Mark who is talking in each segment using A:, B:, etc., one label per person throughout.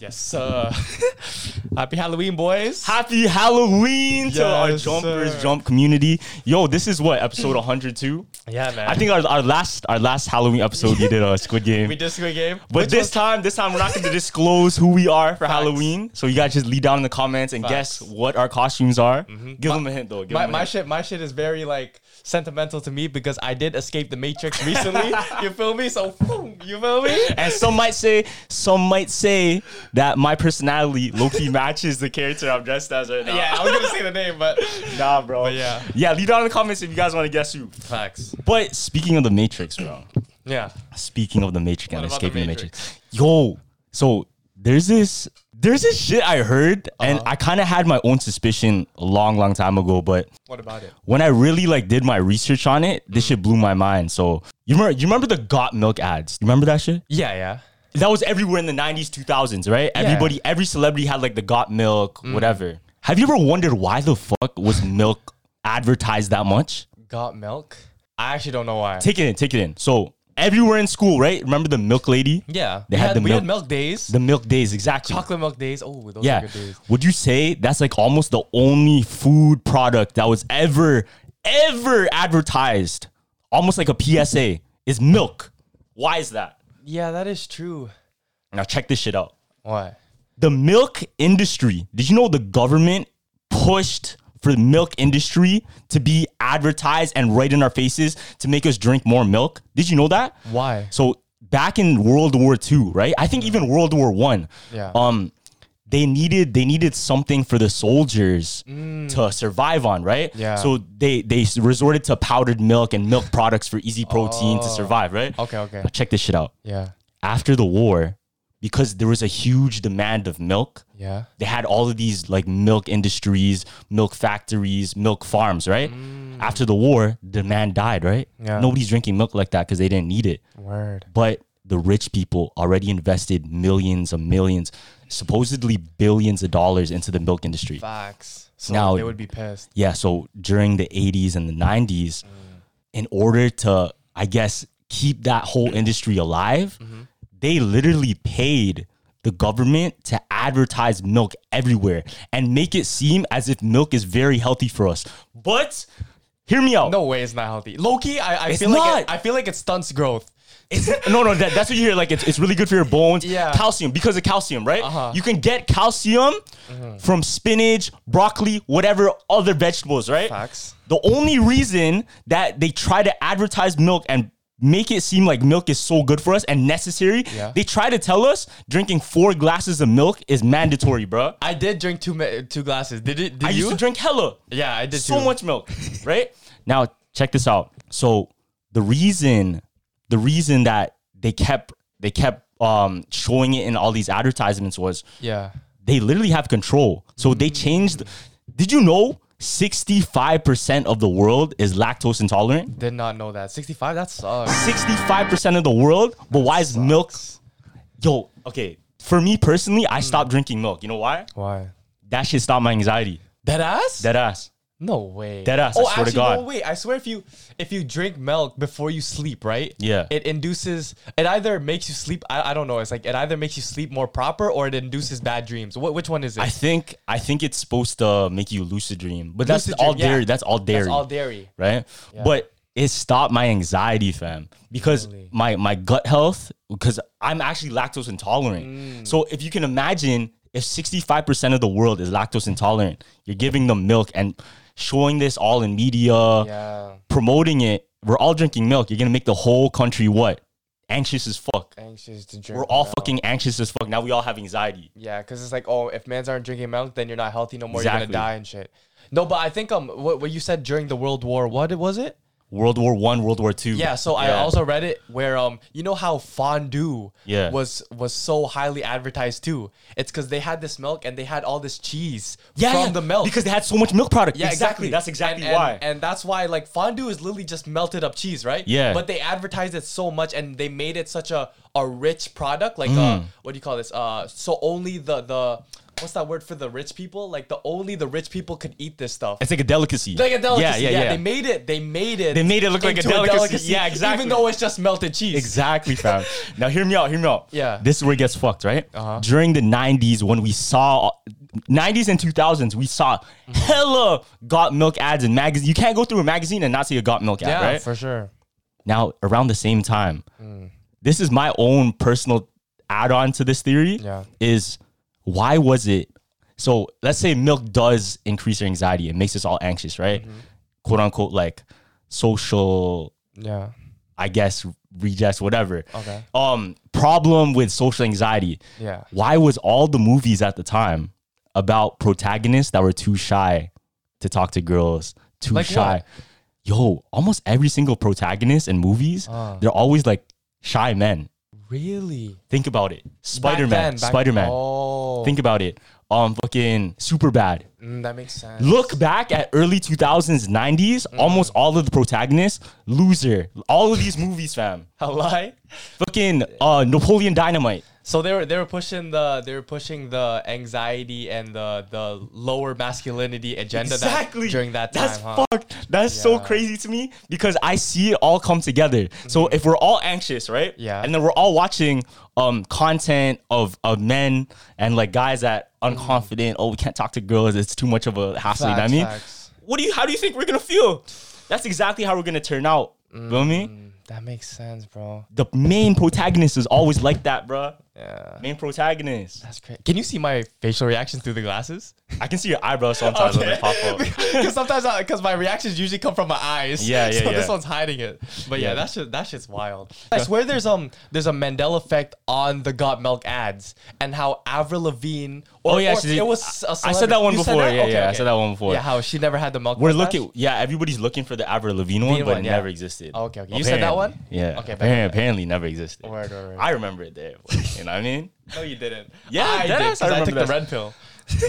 A: Yes, sir. Happy Halloween, boys.
B: Happy Halloween to our
A: Yes,
B: Jumpers
A: sir.
B: Jump community. Yo, this is what episode 102.
A: Yeah, man.
B: I think our, our last our last Halloween episode we did a Squid Game.
A: we did Squid Game.
B: but
A: which
B: this
A: was-
B: time, this time we're not going to disclose who we are for
A: Facts.
B: Halloween. So you guys just lead down in the comments and guess
A: Facts. Mm-hmm.
B: what our costumes are. Give them a hint though. Give
A: my,
B: them a
A: my
B: hint.
A: shit my shit is very like sentimental to me because I did escape the Matrix recently. you feel me? So boom, you feel me?
B: and some might say, some might say that my personality Loki matches the character I'm dressed as right now.
A: Yeah, I was gonna say the name, but
B: nah, bro.
A: yeah.
B: yeah. Lead down in the comments if you guys want to guess who.
A: facts.
B: But speaking of the Matrix, bro.
A: Yeah.
B: Speaking of the Matrix and
A: What about
B: escaping
A: the
B: the Matrix. yo, so there's this there's this shit I heard, and
A: Uh-huh.
B: I kind of had my own suspicion a long, long time ago. But
A: What about it?
B: when I really like did my research on it,
A: Mm.
B: this shit blew my mind. So you remember you remember the Got Milk ads? You remember that shit?
A: Yeah, yeah.
B: That was everywhere in the '90s, 2000s, right? Everybody, every celebrity had like the Got Milk,
A: Mm.
B: whatever. Have you ever wondered why the fuck was milk advertised that much?
A: Got milk? I actually don't know why.
B: Take it in, take it in. So everywhere in school, right? Remember the milk lady?
A: yeah.
B: They
A: we
B: had the
A: we
B: milk-
A: had milk days.
B: The milk days, exactly.
A: chocolate milk days. Oh, those are
B: yeah.
A: good days.
B: Would you say that's like almost the only food product that was ever, ever advertised? Almost like a PSA is milk. Why is that?
A: Yeah, that is true.
B: Now check this shit out.
A: What?
B: The milk industry. Did you know the government pushed for the milk industry to be advertised and right in our faces to make us drink more milk? Did you know that?
A: Why?
B: So back in World War II, right? I think even World War One.
A: Yeah.
B: Um, they needed they needed something for the soldiers to survive on, right?
A: Mm. Yeah.
B: So they they resorted to powdered milk and milk products for easy protein to survive, right?
A: Oh. Okay, okay.
B: Now check this shit out.
A: Yeah.
B: After the war, because there was a huge demand of milk,
A: Yeah.
B: they had all of these like milk industries, milk factories, milk farms, right? After the war, demand died, right?
A: Mm. Yeah.
B: Nobody's drinking milk like that because they didn't need it
A: Word.
B: but the rich people already invested millions and millions, supposedly billions of dollars into the milk industry.
A: Facts. So
B: Now-
A: they would be pissed.
B: Yeah, so during the 80s and the 90s, in order to, I guess, keep that whole industry alive, they literally paid the government to advertise milk everywhere and make it seem as if milk is very healthy for us. But hear me out.
A: No way, it's not healthy. Loki, I, I
B: It's
A: feel like it,
B: not.
A: I feel like it stunts growth.
B: It's, no, no, that, that's what you hear. Like, it's, it's really good for your bones.
A: Yeah. Uh-huh.
B: Calcium, because of calcium, right? You can get calcium
A: Mm-hmm.
B: from spinach, broccoli, whatever other vegetables, right?
A: Facts.
B: The only reason that they try to advertise milk and make it seem like milk is so good for us and necessary,
A: Yeah.
B: they try to tell us drinking four glasses of milk is mandatory, bro.
A: I did drink two ma- two glasses. Did it? Did
B: I
A: you?
B: used to drink hella.
A: Yeah, I did
B: so
A: too.
B: much milk, right? now check this out. So the reason, the reason that they kept they kept um showing it in all these advertisements was
A: Yeah.
B: they literally have control. So they changed. Did you know? 65% of the world is lactose intolerant.
A: Did not know that. 65, that sucks.
B: 65% of the world, but why is milk? Yo, okay. For me personally, I stopped drinking milk. You know why?
A: Why?
B: That shit stopped my anxiety.
A: Dead ass?
B: Dead ass.
A: no way.
B: Dead ass, I
A: Oh,
B: swear to
A: actually,
B: God.
A: no, wait. I swear if you if you drink milk before you sleep, right?
B: Yeah.
A: It induces it either makes you sleep I, I don't know. It's like it either makes you sleep more proper or it induces bad dreams. What which one is it?
B: I think I think it's supposed to make you lucid dream, but that's
A: Lucid
B: all
A: dream, yeah.
B: dairy. That's all dairy.
A: That's all dairy.
B: right? But it stopped my anxiety, fam, because my my gut health because I'm actually lactose intolerant.
A: Mm.
B: So if you can imagine, if 65% of the world is lactose intolerant, you're giving them milk and showing this all in media,
A: Yeah.
B: promoting it. We're all drinking milk. You're gonna make the whole country what anxious as fuck.
A: Anxious to drink.
B: We're all
A: milk.
B: fucking anxious as fuck. Now we all have anxiety.
A: Yeah, because it's like, oh, if mans aren't drinking milk, then you're not healthy no more. You're
B: Exactly.
A: gonna die and shit. No, but I think um, what, what you said during the World War, what it- was it?
B: World War One, World War Two.
A: Yeah, so I also read it where um, you know how fondue
B: Yeah.
A: was was so highly advertised too. It's because they had this milk and they had all this cheese
B: yeah,
A: from
B: yeah,
A: the milk.
B: because they had so much milk product.
A: yeah, exactly.
B: That's exactly
A: And- and-
B: why.
A: and that's why like fondue is literally just melted up cheese, right?
B: Yeah.
A: But they advertised it so much and they made it such a a rich product,
B: Mm.
A: like uh, what do you call this? Uh, so only the the what's that word for the rich people? Like the only the rich people could eat this stuff.
B: it's like a delicacy.
A: Like a delicacy.
B: Yeah, yeah, yeah.
A: They made it. They made it.
B: They made it look like a
A: into
B: delicacy. Yeah, exactly.
A: Even though it's just melted cheese.
B: Exactly, fam. now hear me out. Hear me out.
A: Yeah.
B: This is where it gets fucked, right? During the '90s, when we saw '90s and 2000s, we saw hella got milk ads in magazines. You can't go through a magazine and not see a got milk ad,
A: Yeah,
B: right?
A: for sure.
B: now, around the same time, this is my own personal add-on to this theory.
A: Yeah.
B: Is why was it? So let's say milk does increase your anxiety. It makes us all anxious, right?
A: Mm-hmm.
B: Quote unquote, like social
A: Yeah.
B: I guess rejects whatever.
A: Okay.
B: Um, problem with social anxiety.
A: Yeah.
B: Why was all the movies at the time about protagonists that were too shy to talk to girls, too
A: Like
B: shy?
A: what?
B: Yo, almost every single protagonist in movies,
A: Uh.
B: they're always like shy men.
A: Really.
B: Think about it.
A: Back
B: Spider
A: then,
B: Man.
A: back-
B: Spider Man.
A: Oh,
B: Think about it. Um, fucking super bad.
A: mm, that makes sense.
B: Look back at early 2000s, 90s,
A: Mm.
B: almost all of the protagonists, loser. All of these movies, fam
A: a lie.
B: fucking uh, Napoleon Dynamite.
A: So they were they were pushing the they were pushing the anxiety and the the lower masculinity agenda that- during that time.
B: That's
A: huh?
B: fucked. That's so
A: Yeah.
B: crazy to me because I see it all come together. So if we're all anxious, right?
A: Mm-hmm. Yeah.
B: And then we're all watching um content of of men and like guys that unconfident. Oh, we can't talk to girls. It's too much of a
A: Mm. Facts,
B: hassle. you know what I mean?
A: facts.
B: What do you? How do you think we're gonna feel? That's exactly how we're gonna turn out. Feel me?
A: That makes sense, bro.
B: The main protagonist is always like that, bruh.
A: Yeah.
B: Main protagonist.
A: That's crazy. Can you see my facial reactions through the glasses?
B: I can see your eyebrows sometimes when they pop up.
A: Because sometimes, because my reactions usually come from my eyes.
B: Yeah, yeah,
A: So
B: yeah.
A: this one's hiding it. But yeah,
B: Yeah.
A: that shit, that shit's wild. I swear, there's um, there's a Mandela effect on the Got Milk ads and how Avril Lavigne. Or,
B: Oh, yeah,
A: or
B: she did.
A: it was.
B: I- I
A: A
B: said
A: celebrity-
B: that one
A: You
B: before. Yeah, yeah, I said that one before.
A: Yeah, how she never had the milk.
B: We're
A: mustache?
B: looking, yeah. Everybody's looking for the Avril Lavigne one,
A: Lavigne
B: but
A: one,
B: it
A: yeah.
B: never existed.
A: Oh, okay, okay. You said that
B: Apparently.
A: one?
B: Yeah.
A: Okay,
B: Okay.
A: bet,
B: Apparently,
A: bet,
B: never existed.
A: Word, word, word.
B: I remember it there. but, You know what I mean?
A: No, you didn't.
B: Yeah,
A: I did.
B: deadass, I
A: 'cause I,
B: remember
A: took the
B: that.
A: red pill.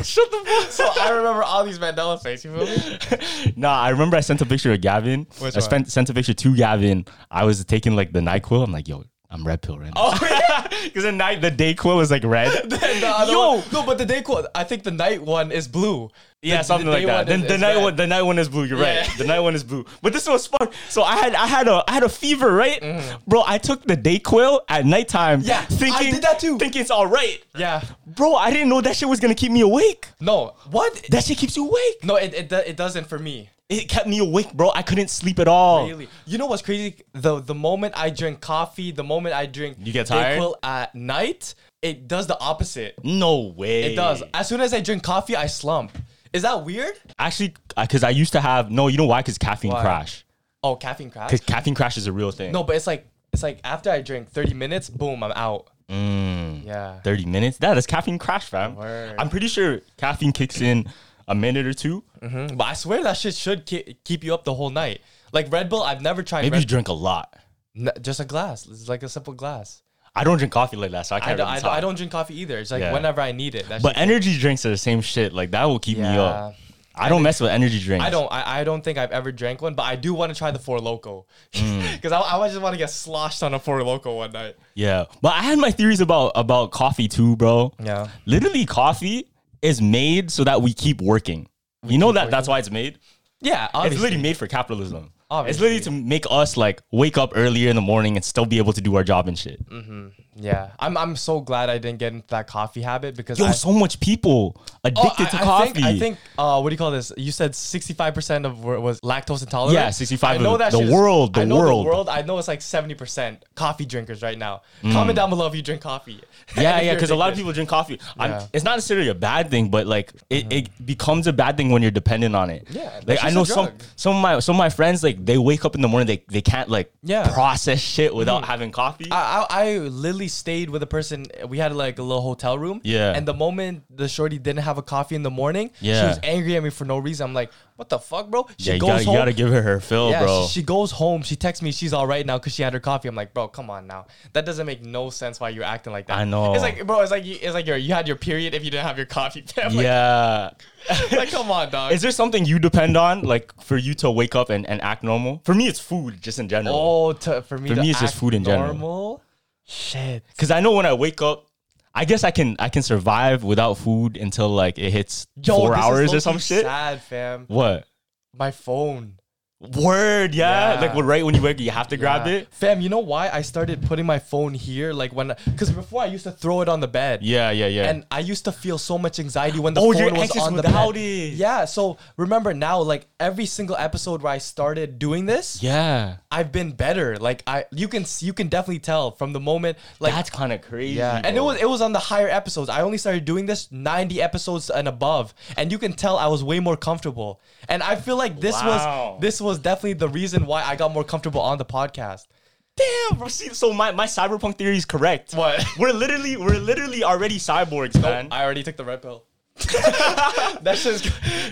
A: Shut the fuck. So I remember all these Mandela effects. You feel me?
B: Nah, I remember I sent a picture of Gavin.
A: Which
B: I
A: one?
B: spent, sent a picture to Gavin. I was taking like the Nyquil. I'm like, yo, I'm red pill right now.
A: Oh yeah.
B: Because the night the day quill is like red.
A: The other
B: Yo.
A: one- no, but the day one, I think the night one is blue.
B: Yeah,
A: The-
B: something
A: the
B: like
A: day
B: that. Then
A: is-
B: the
A: is
B: night
A: red.
B: one, the night one is blue. You're
A: Yeah.
B: right. The night one is blue. But this was fun. So I had, I had a, I had a fever, right, bro? I took the day quill at nighttime.
A: Mm-hmm. Yeah, I
B: thinking
A: did that too.
B: Thinking it's all right.
A: Yeah.
B: Bro, I didn't know that shit was gonna keep me awake.
A: No, what?
B: That shit keeps you awake.
A: No, it, it do- it doesn't for me.
B: It kept me awake, bro. I couldn't sleep at all.
A: Really. You know what's crazy? The the moment I drink coffee, the moment I drink
B: You get tired?
A: NyQuil at night, it does the opposite.
B: No way.
A: It does. As soon as I drink coffee, I slump. Is that weird?
B: Actually, because I used to have no. You know why? Because caffeine
A: Why?
B: crash.
A: Oh, caffeine crash.
B: Because caffeine crash is a real thing.
A: No, but it's like it's like after I drink 30 minutes, boom, I'm out.
B: Mm.
A: Yeah.
B: Thirty minutes. That is caffeine crash, fam.
A: Word.
B: I'm pretty sure caffeine kicks in a minute or 2
A: Mm-hmm. But I swear that shit should ki- keep you up the whole night. Like Red Bull, I've never tried
B: Maybe you
A: Red
B: drink a lot.
A: N- just a glass. It's like a simple glass.
B: I don't drink coffee like that, so I
A: I,
B: can't.
A: d-
B: really
A: I, d-
B: talk.
A: I don't drink coffee either. It's like
B: Yeah.
A: whenever I need it. That
B: But
A: shit-
B: energy drinks are the same shit. Like that will keep me up. I don't mess with energy drinks.
A: I don't. I, I don't think I've ever drank one, but I do want to try the Four Loco
B: Mm.
A: because I, I just want to get sloshed on a Four Loco one night.
B: Yeah, but I had my theories about about coffee too, bro.
A: Yeah.
B: literally, coffee is made so that we keep working. you know that that's why it's made.
A: Yeah,
B: It's literally made for capitalism. It's
A: Obviously.
B: literally to make us like wake up earlier in the morning and still be able to do our job and shit.
A: Mm. yeah. I'm I'm so glad I didn't get into that coffee habit because
B: Yo,
A: I,
B: so much people
A: Oh,
B: addicted
A: I-
B: to
A: I
B: coffee.
A: Think, I think uh, what do you call this? You said 65% of wor- was lactose intolerant.
B: Yeah, 65
A: I know
B: of
A: that
B: the
A: shit
B: world, the
A: I know
B: world.
A: The world. I know it's like 70% coffee drinkers right now. Comment down below if you drink coffee.
B: Mm. Yeah,
A: If
B: yeah,
A: you're
B: because a lot of
A: addicted.
B: people drink coffee. I'm-
A: Yeah. Mm-hmm.
B: It's not necessarily a bad thing, but like it, it becomes a bad thing when you're dependent on it.
A: Yeah, that's
B: like I
A: just
B: know
A: a
B: some
A: drug.
B: some of my some of my friends like like they wake up in the morning, they they can't like
A: Yeah. Mm-hmm. Ah,
B: process shit without having coffee.
A: I, I, I literally stayed with a person. We had like a little hotel room.
B: Yeah.
A: And the moment the shorty didn't have a coffee in the morning, she
B: Yeah.
A: was angry at me for no reason. I'm like, what the fuck, bro? She
B: yeah, you gotta, you gotta give her her fill,
A: yeah,
B: Oh, bro.
A: She, she goes home. She texts me she's all right now because she had her coffee. I'm like, bro, come on now. That doesn't make no sense why you're acting like that.
B: I know.
A: It's like, bro, it's like you, it's like you you had your period if you didn't have your coffee. fam. Like-
B: yeah.
A: like, come on, dog.
B: Is there something you depend on, like for you to wake up and, and act normal? For me, it's food, just in general.
A: oh, to, for me,
B: For
A: to
B: me, it's just
A: act
B: food in general.
A: normal? Shit.
B: Because I know when I wake up, I guess I can I can survive without food until like it hits
A: Yo,
B: four
A: this is
B: hours or
A: low-key
B: some shit.
A: Sad, fam.
B: What?
A: My phone.
B: Word, yeah.
A: Yeah.
B: Like what, right when you wake, you have to grab
A: Yeah.
B: it.
A: Fam, you know why I started putting my phone here? Like when, because before I used to throw it on the bed.
B: Yeah, yeah, yeah.
A: And I used to feel so much anxiety when the
B: Oh, you're
A: phone was
B: anxious
A: on the
B: without
A: bed.
B: it.
A: Yeah. So remember now, like every single episode where I started doing this,
B: yeah,
A: I've been better. Like I, you can s- you can definitely tell from the moment. Like
B: that's kind of crazy.
A: yeah, and it was it was on the higher episodes. I only started doing this 90 episodes and above, and you can tell I was way more comfortable. And I feel like this
B: Wow.
A: was this was definitely the reason why I got more comfortable on the podcast.
B: damn, bro. See, so my, my cyberpunk theory is correct.
A: What?
B: We're literally we're literally already cyborgs, man.
A: I already took the red pill. That's just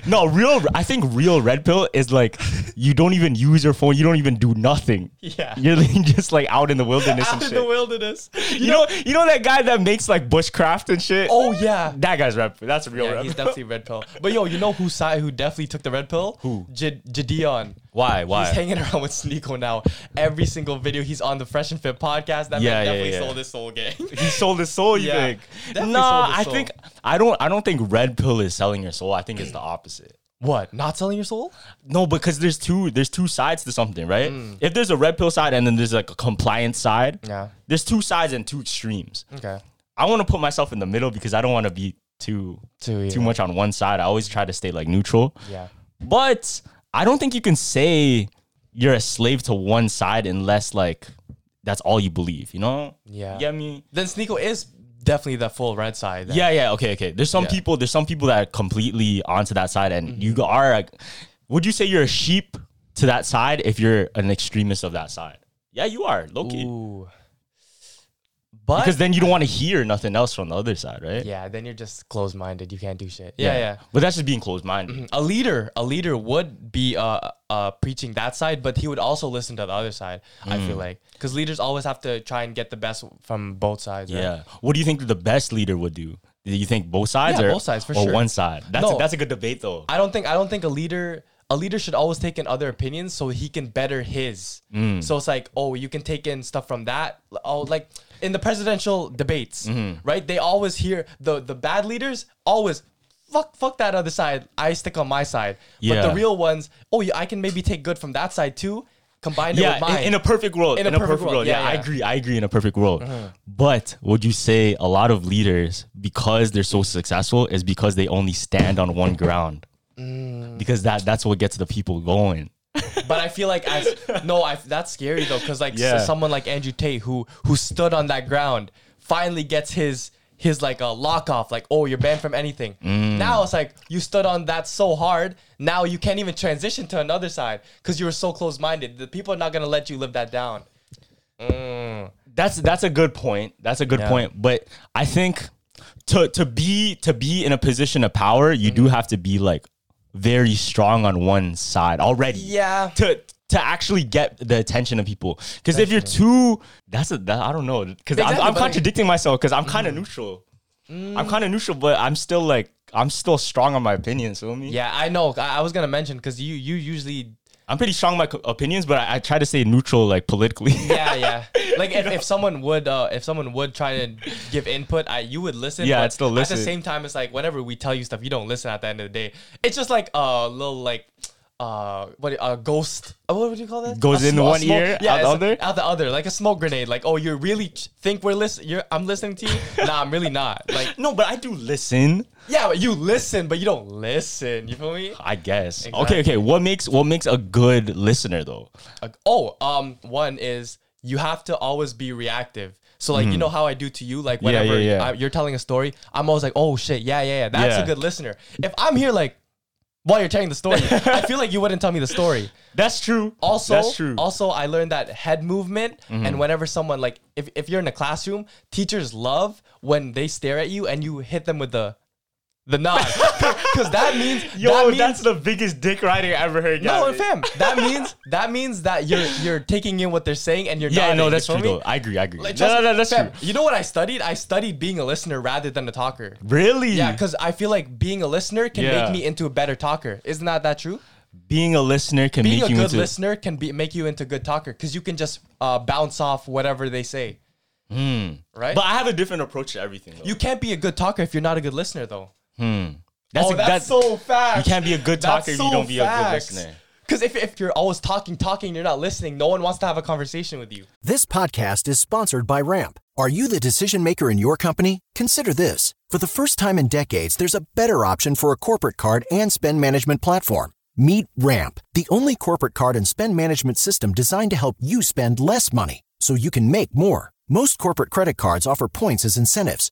B: No, real. I think real red pill is like you don't even use your phone. You don't even do nothing.
A: Yeah.
B: you're like, just like out in the wilderness
A: out
B: and
A: in
B: shit.
A: the wilderness.
B: you know, you know that guy that makes like bushcraft and shit.
A: Oh yeah.
B: that guy's red. pill. That's real
A: Yeah,
B: red.
A: he's
B: pill.
A: definitely red pill. But yo, you know who si- who definitely took the red pill?
B: Who?
A: J- Jadeon.
B: Why? Why?
A: He's hanging around with Sneeko now. Every single video, he's on the Fresh and Fit podcast. That
B: Yeah,
A: man
B: yeah,
A: definitely
B: yeah.
A: sold his soul game.
B: he sold his soul. You
A: Yeah,
B: think?
A: definitely sold
B: Nah,
A: his
B: I
A: soul.
B: think I don't. I don't think red pill is selling your soul. I think it's the opposite.
A: what? Not selling your soul?
B: No, because there's two there's two sides to something, right? If there's a red pill side and then there's like a compliance side,
A: Yeah.
B: there's two sides and two extremes.
A: Okay.
B: I want to put myself in the middle because I don't want to be too
A: Too,
B: too,
A: yeah.
B: much on one side. I always try to stay like neutral.
A: Yeah.
B: But I don't think you can say you're a slave to one side unless like that's all you believe, you know?
A: Yeah.
B: You get me?
A: Then Sneeko is definitely the full red side. then.
B: Yeah, yeah, okay, okay. There's some people there's some people that are completely onto that side and
A: Mm-hmm.
B: you are like would you say you're a sheep to that side if you're an extremist of that side? Yeah, you are, low key.
A: Ooh. But
B: Because then you don't want to hear nothing else from the other side, right?
A: yeah, then you're just closed minded. You can't do shit. Yeah, Mm-hmm. yeah.
B: But that's just being closed minded.
A: A leader, a leader would be uh, uh, preaching that side, but he would also listen to the other side. I feel like because leaders always have to try and get the best from both sides. right?
B: Yeah. What do you think the best leader would do? Do you think both sides
A: Yeah,
B: or
A: both sides, for
B: or
A: sure.
B: one side? That's
A: No.
B: a, that's a good debate though.
A: I don't think I don't think a leader a leader should always take in other opinions so he can better his.
B: Mm.
A: So it's like, oh, you can take in stuff from that. Oh, like in the presidential debates,
B: Mm-hmm.
A: right? They always hear the the bad leaders always fuck fuck that other side. I stick on my side. But the
B: Yeah.
A: real ones, oh, yeah, I can maybe take good from that side too. Combine it
B: yeah,
A: with mine.
B: in, in a perfect world. In, a, perfect, world. Yeah, Mm-hmm. I
A: yeah.
B: agree. I agree in a perfect world. But would you say a lot of leaders, because they're so successful, is because they only stand on one ground? Because that that's what gets the people going.
A: But I feel like as no, I, that's scary though, because like s-
B: Yeah.
A: someone like Andrew Tate who who stood on that ground finally gets his his like a lock off, like oh you're banned from anything. Now it's like you stood on that so hard, now you can't even transition to another side because you were so close minded. The people are not gonna let you live that down.
B: That's that's a good point. That's a good point. But I think to to be to be in a position of power, you
A: Mm-hmm.
B: do have to be like very strong on one side already.
A: Yeah.
B: To to actually get the attention of people, because if you're too, that's a that, I don't know, because
A: Exactly,
B: I'm, I'm
A: but Mm. like-
B: contradicting myself because I'm kind of neutral. I'm kind of neutral, but I'm still like I'm still strong on my opinions. Feel me?
A: Yeah, I know. I, I was gonna mention because you you usually
B: I'm pretty strong on my co- opinions, but I, I try to stay neutral like politically.
A: yeah yeah like if, if someone would uh if someone would try to give input i you would listen
B: Yeah,
A: but
B: I'd still
A: at the
B: listen.
A: same time it's like whenever we tell you stuff you don't listen at the end of the day it's just like a little like uh what a ghost uh, what would you call that
B: Goes
A: A
B: in
A: smo- a
B: one
A: smoke-
B: ear,
A: yeah
B: out the
A: it's
B: other?
A: out the other like a smoke grenade like oh you really ch- think we're listening you're i'm listening to you nah i'm really not like
B: no, but I do listen.
A: yeah but you listen but you don't listen you feel me
B: I guess.
A: Exactly.
B: Okay, okay. What makes what makes a good listener though?
A: Uh, oh, um, one is you have to always be reactive. So like you know how I do to you, like
B: Mm-hmm. Yeah, yeah,
A: whenever
B: yeah.
A: I- you're telling a story, I'm always like, oh shit, yeah, yeah, yeah. That's
B: Yeah.
A: a good listener. If I'm here like, while you're telling the story. I feel like you wouldn't tell me the story.
B: That's true.
A: Also,
B: that's true. Mm-hmm.
A: also I learned that head movement and whenever someone like if, if you're in a classroom, teachers love when they stare at you and you hit them with the the nod. Cuz that means that
B: Yo,
A: means
B: that's the biggest dick riding I ever heard.
A: no,
B: Gavin.
A: fam. That means that means that you're you're taking in what they're saying and you're
B: Yeah,
A: nodding,
B: no,
A: you
B: that's
A: feel
B: true
A: me?
B: though. I agree. I agree.
A: Like,
B: no,
A: trust
B: no,
A: me,
B: no, that's
A: fam,
B: true.
A: You know what I studied? I studied being a listener rather than a talker.
B: Really?
A: Yeah, because I feel like being a listener can
B: Yeah.
A: make me into a better talker. Isn't that that true?
B: being a listener can
A: Being a
B: make you
A: good
B: into
A: listener can be make you into a good talker because you can just uh, bounce off whatever they say. Right?
B: Hmm. But I have a different approach to everything. Though. Hmm.
A: you can't be a good talker if you're not a good listener, though.
B: that's,
A: oh,
B: a-
A: that's, so fast.
B: you can't be a good talker if you don't be a good listener.
A: Because if, if you're always talking, talking, you're not listening. No one wants to have a conversation with you.
C: This podcast is sponsored by Ramp. Are you the decision maker in your company? Consider this. For the first time in decades, there's a better option for a corporate card and spend management platform. Meet Ramp, the only corporate card and spend management system designed to help you spend less money so you can make more. Most corporate credit cards offer points as incentives,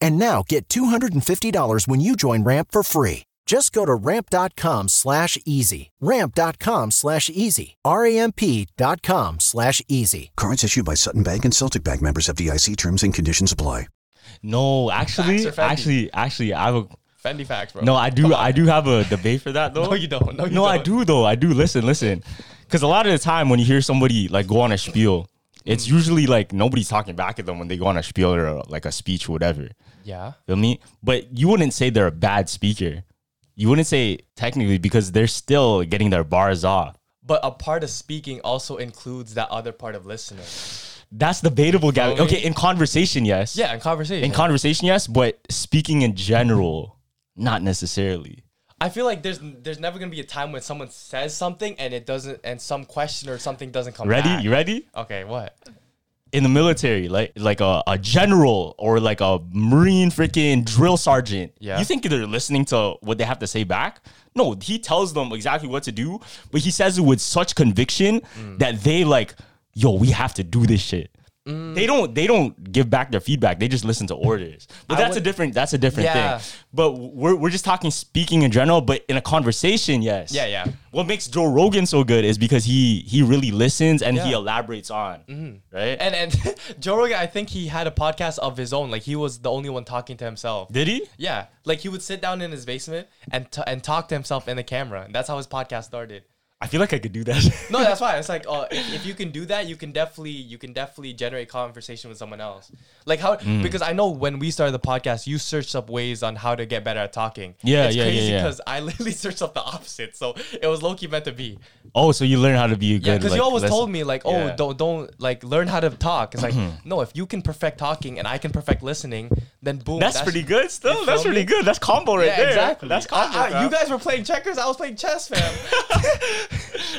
C: And now get $250 when you join Ramp for free. Just go to ramp.com slash easy. Ramp.com slash easy. R-A-M-P dot com slash easy.
D: Cards issued by Sutton Bank and Celtic Bank members of DIC terms and conditions apply.
B: No, actually,
A: are fatty.
B: actually, actually, I have a
A: Fendi facts, bro.
B: no. I do. I do have a debate for that though.
A: No, you don't. No, you
B: I
A: don't.
B: do though. I do. Listen, listen, because a lot of the time when you hear somebody like go on a spiel, it's
A: Mm.
B: usually like nobody's talking back at them when they go on a spiel or uh, like a speech or whatever.
A: Yeah.
B: Feel me? But you wouldn't say they're a bad speaker. You wouldn't say technically because they're still getting their bars off.
A: But a part of speaking also includes that other part of listening.
B: That's debatable, Gavin.
A: Follow me?
B: Okay, in conversation, yes.
A: Yeah, in conversation.
B: In conversation, yes, but speaking in general, not necessarily.
A: I feel like there's there's never gonna be a time when someone says something and it doesn't and some question or something doesn't come
B: Ready?
A: back.
B: You ready?
A: Okay, what?
B: In the military, like like a, a general or like a marine freaking drill sergeant.
A: Yeah.
B: You think they're listening to what they have to say back? No, he tells them exactly what to do, but he says it with such conviction
A: Mm.
B: that they like, yo, we have to do this shit.
A: Mm.
B: They don't they don't give back their feedback. They just listen to orders. But
A: I
B: that's a
A: would-
B: different that's a different
A: Yeah.
B: thing. But we're we're just talking speaking in general, but in a conversation, yes.
A: Yeah, yeah.
B: What makes Joe Rogan so good is because he he really listens and he
A: Yeah. Mm-hmm.
B: elaborates on, right?
A: And and Joe Rogan, I think he had a podcast of his own. Like he was the only one talking to himself.
B: Did he?
A: yeah, like he would sit down in his basement and t- and talk to himself in the camera. And that's how his podcast started.
B: I feel like I could do that.
A: No, that's why it's like uh, if, if you can do that, you can definitely you can definitely generate conversation with someone else. Like how
B: Mm.
A: because I know when we started the podcast, you searched up ways on how to get better at talking.
B: Yeah,
A: it's
B: yeah, yeah,
A: crazy
B: yeah.
A: Because I literally searched up the opposite, so it was low key meant to be.
B: oh, so you learn how to be a good.
A: Yeah, because
B: like,
A: you always
B: listen-
A: told me like, oh,
B: Yeah. Mm-hmm.
A: don't don't like learn how to talk. It's like no, if you can perfect talking and I can perfect listening, then boom.
B: That's, pretty good. Still,
A: you
B: that's
A: feel
B: really
A: me?
B: good. That's combo right
A: Yeah,
B: there.
A: exactly.
B: That's combo.
A: I- I- you
B: fam.
A: guys were playing checkers. I was playing chess, fam.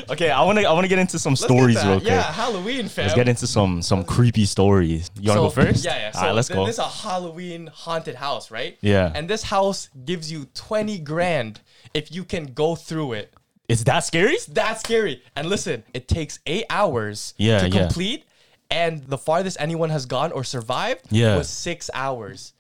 B: okay, I want to. I want to get into some
A: Let's get
B: stories
A: that.
B: real quick.
A: Yeah, Halloween, fam.
B: Let's get into some some creepy stories. You want to go first?
A: Yeah, yeah. So
B: All right, let's
A: th-
B: go.
A: This is a Halloween haunted house, right?
B: Yeah.
A: And this house gives you 20 grand if you can go through it.
B: Is that scary?
A: That's scary. And listen, it takes eight hours
B: Yeah,
A: to
B: yeah.
A: complete. And the farthest anyone has gone or survived
B: Yeah.
A: was six hours.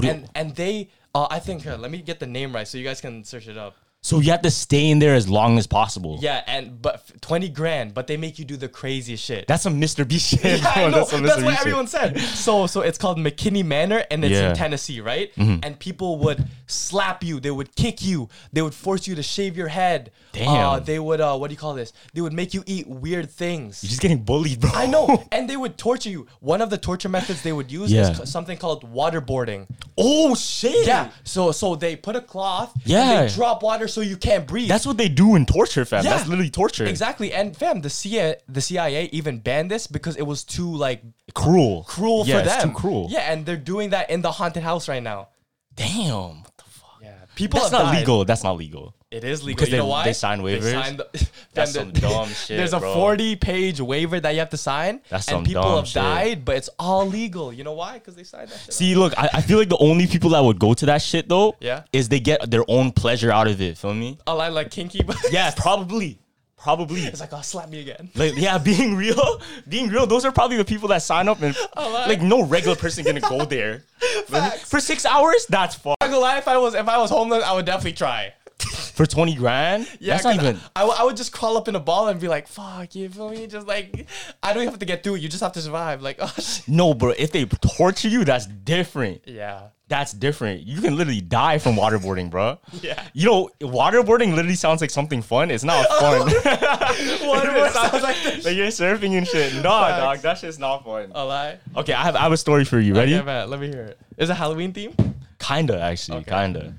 B: do-
A: and and they, uh, I think, here, let me get the name right so you guys can search it up.
B: So you have to stay in there as long as possible.
A: Yeah, and but f- 20 grand, but they make you do the craziest shit.
B: That's some Mr. B shit.
A: Yeah, I
B: bro.
A: know.
B: some
A: That's
B: Mr. B
A: what
B: shit.
A: everyone said. So, so it's called McKinney Manor, and it's
B: Yeah. Mm-hmm.
A: in Tennessee, right? And people would slap you. They would kick you. They would force you to shave your head. Uh,
B: Damn.
A: they would. Uh, what do you call this? They would make you eat weird things.
B: You're just getting bullied, bro.
A: I know. And they would torture you. One of the torture methods they would use
B: Yeah.
A: is c- something called waterboarding.
B: Oh shit.
A: Yeah. So, so they put a cloth.
B: Yeah.
A: And they drop water so you can't breathe.
B: That's what they do in torture, fam.
A: Yeah.
B: That's literally torture.
A: exactly. And fam, the CIA, the CIA even banned this because it was too like
B: Cruel.
A: cruel
B: yeah,
A: for them.
B: It's too cruel.
A: Yeah, and they're doing that in the haunted house right now.
B: Damn.
A: People
B: That's
A: have
B: not
A: died.
B: legal. That's not legal.
A: It is legal.
B: Because
A: you know
B: they-
A: why?
B: they sign waivers?
A: signed the-
B: That's
A: then
B: some dumb shit,
A: There's a
B: bro.
A: 40 page waiver that you have to sign.
B: That's
A: and
B: some
A: people
B: dumb
A: have
B: shit.
A: died, but it's all legal. You know why? Because they signed that shit.
B: See, look, I, I feel like the only people that would go to that shit though,
A: Yeah.
B: is they get their own pleasure out of it. Feel me?
A: all I like kinky, but
B: Yeah, probably, probably.
A: it's like, oh, slap me again.
B: Like, yeah, being real, being real. Those are probably the people that sign up and like no regular person gonna go there for six hours. That's far
A: I'm not gonna lie, if I was if I was homeless, I would definitely try.
B: for twenty grand.
A: Yeah,
B: that's not
A: 'cause
B: even.
A: I, I would- I would just crawl up in a ball and be like, "Fuck," you feel me? Just like I don't even have to get through. it. You just have to survive. Like, oh shit.
B: No, bro. If they torture you, that's different.
A: Yeah.
B: That's different. You can literally die from waterboarding, bro.
A: Yeah.
B: You know, waterboarding literally sounds like something fun. It's not fun.
A: Waterboarding sounds like this.
B: like you're surfing and shit. No, dog, that shit's not fun.
A: A lie.
B: Okay, I have I have a story for you. Ready?
A: Yeah, man. Let me hear it. Is it Halloween theme?
B: Kinda, actually, kinda.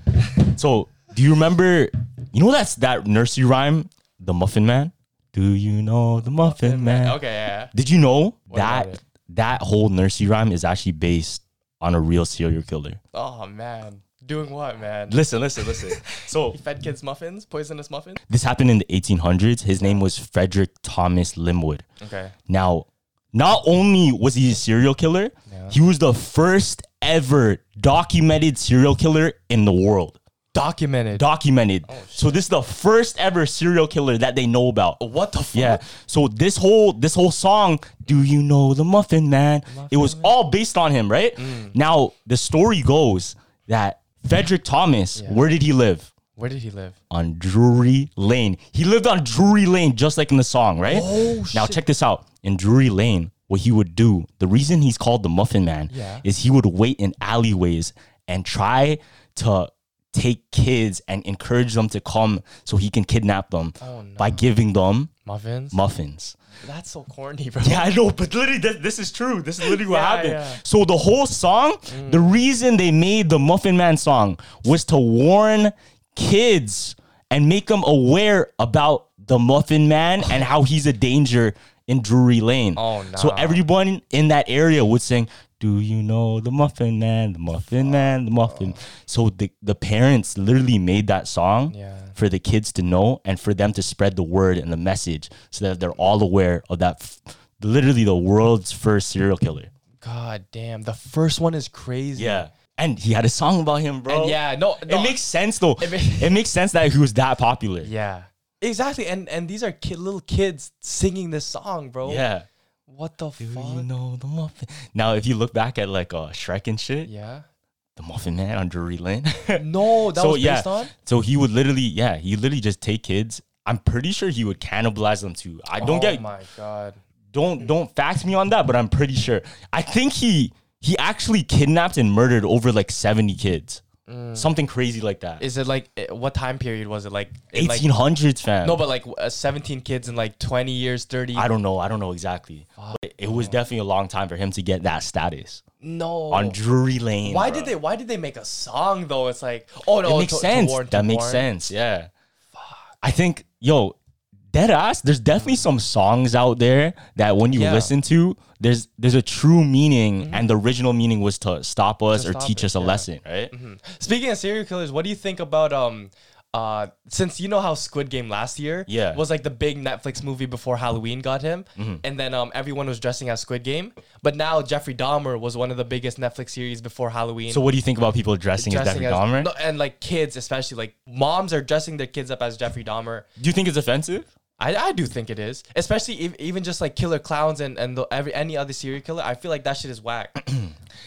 B: So, do you remember? You know that's that nursery rhyme, the Muffin Man. Do you know the Muffin, Man?
A: Okay. Yeah.
B: Did you know
A: about
B: that
A: it?
B: that whole nursery rhyme is actually based on a real serial killer?
A: Oh man, doing what, man?
B: Listen, listen, listen. so
A: Fed kids muffins, poisonous muffins.
B: this happened in the 1800s. His name was Frederick Thomas Limwood.
A: Okay.
B: Now, not only was he a serial killer, he was the first ever documented serial killer in the world.
A: Documented.
B: Documented. so this is the first ever serial killer that they know about.
A: what the fuck?
B: Yeah. So this whole this whole song, Do You Know the Muffin Man? Mm. it was all based on him, right? Now the story goes that Frederick Thomas, where did he live?
A: Where did he live?
B: on Drury Lane. He lived on Drury Lane, just like in the song, right? Oh, now check this out. In Drury Lane, what he would do, the reason he's called the Muffin Man
A: Yeah.
B: is he would wait in alleyways and try to take kids and encourage them to come so he can kidnap them by giving them
A: Muffins.
B: muffins.
A: That's so corny, bro.
B: Yeah, I know, but literally, th- this is true. This is literally what
A: Yeah,
B: happened.
A: yeah. Mm.
B: So the whole song, the reason they made the Muffin Man song was to warn kids and make them aware about the Muffin Man and how he's a danger in Drury Lane.
A: Oh,
B: So
A: nah.
B: everyone in that area was saying, "Do you know the Muffin Man? The Muffin Man? The Muffin." So the the parents literally made that song
A: Yeah.
B: for the kids to know and for them to spread the word and the message so that they're all aware of that f- literally the world's first serial killer.
A: God damn. The first one is crazy.
B: And he had a song about him, bro.
A: And yeah. No. no
B: It makes sense though. It,
A: It ma-
B: makes sense that he was that popular.
A: Yeah. Exactly. And and these are kid, little kids singing this song, bro.
B: Yeah.
A: What the
B: Do
A: fuck?
B: you know the muffin? Now, if you look back at like uh, Shrek and shit,
A: Yeah.
B: the Muffin Man on Drury Lane.
A: No, that
B: so
A: was
B: yeah,
A: based on.
B: so he would literally, yeah, he literally just take kids. I'm pretty sure he would cannibalize them too. I don't
A: oh
B: get
A: my god.
B: don't don't fact me on that, but I'm pretty sure. I think he he actually kidnapped and murdered over like 70 kids, something crazy like that.
A: Mm. Is it like eh, what time period was it? Like in, like-
B: 1800s, fam.
A: no, but like uh, seventeen kids in like twenty years, thirty.
B: I don't know. I don't know exactly. But it was definitely a long time for him to get that status
A: no.
B: on Drury Lane.
A: Oh. why
B: bro.
A: did they? Why did they make a song though? It's like oh
B: It
A: no,
B: makes
A: to- to
B: sense.
A: warn- to
B: that makes
A: warn.
B: sense. Yeah. I think yo, dead ass. There's definitely some songs out there that when you
A: Yeah. Mm-hmm.
B: listen to, there's there's a true meaning, and the original meaning was to stop us or
A: stop
B: teach
A: it,
B: us a
A: yeah. Mm-hmm.
B: lesson, right?
A: Speaking of serial killers, what do you think about um? Uh, since you know how Squid Game last year
B: Yeah. Mm-hmm.
A: was like the big Netflix movie before Halloween got him, and then um everyone was dressing as Squid Game, but now Jeffrey Dahmer was one of the biggest Netflix series before Halloween.
B: So what do you think about people dressing, as
A: dressing
B: Jeffrey Dahmer?
A: no, and like kids, especially like moms are dressing their kids up as Jeffrey Dahmer.
B: do you think it's offensive?
A: I, I do think it is, especially if, even just like killer clowns and and the, every any other serial killer. I feel like that shit is whack.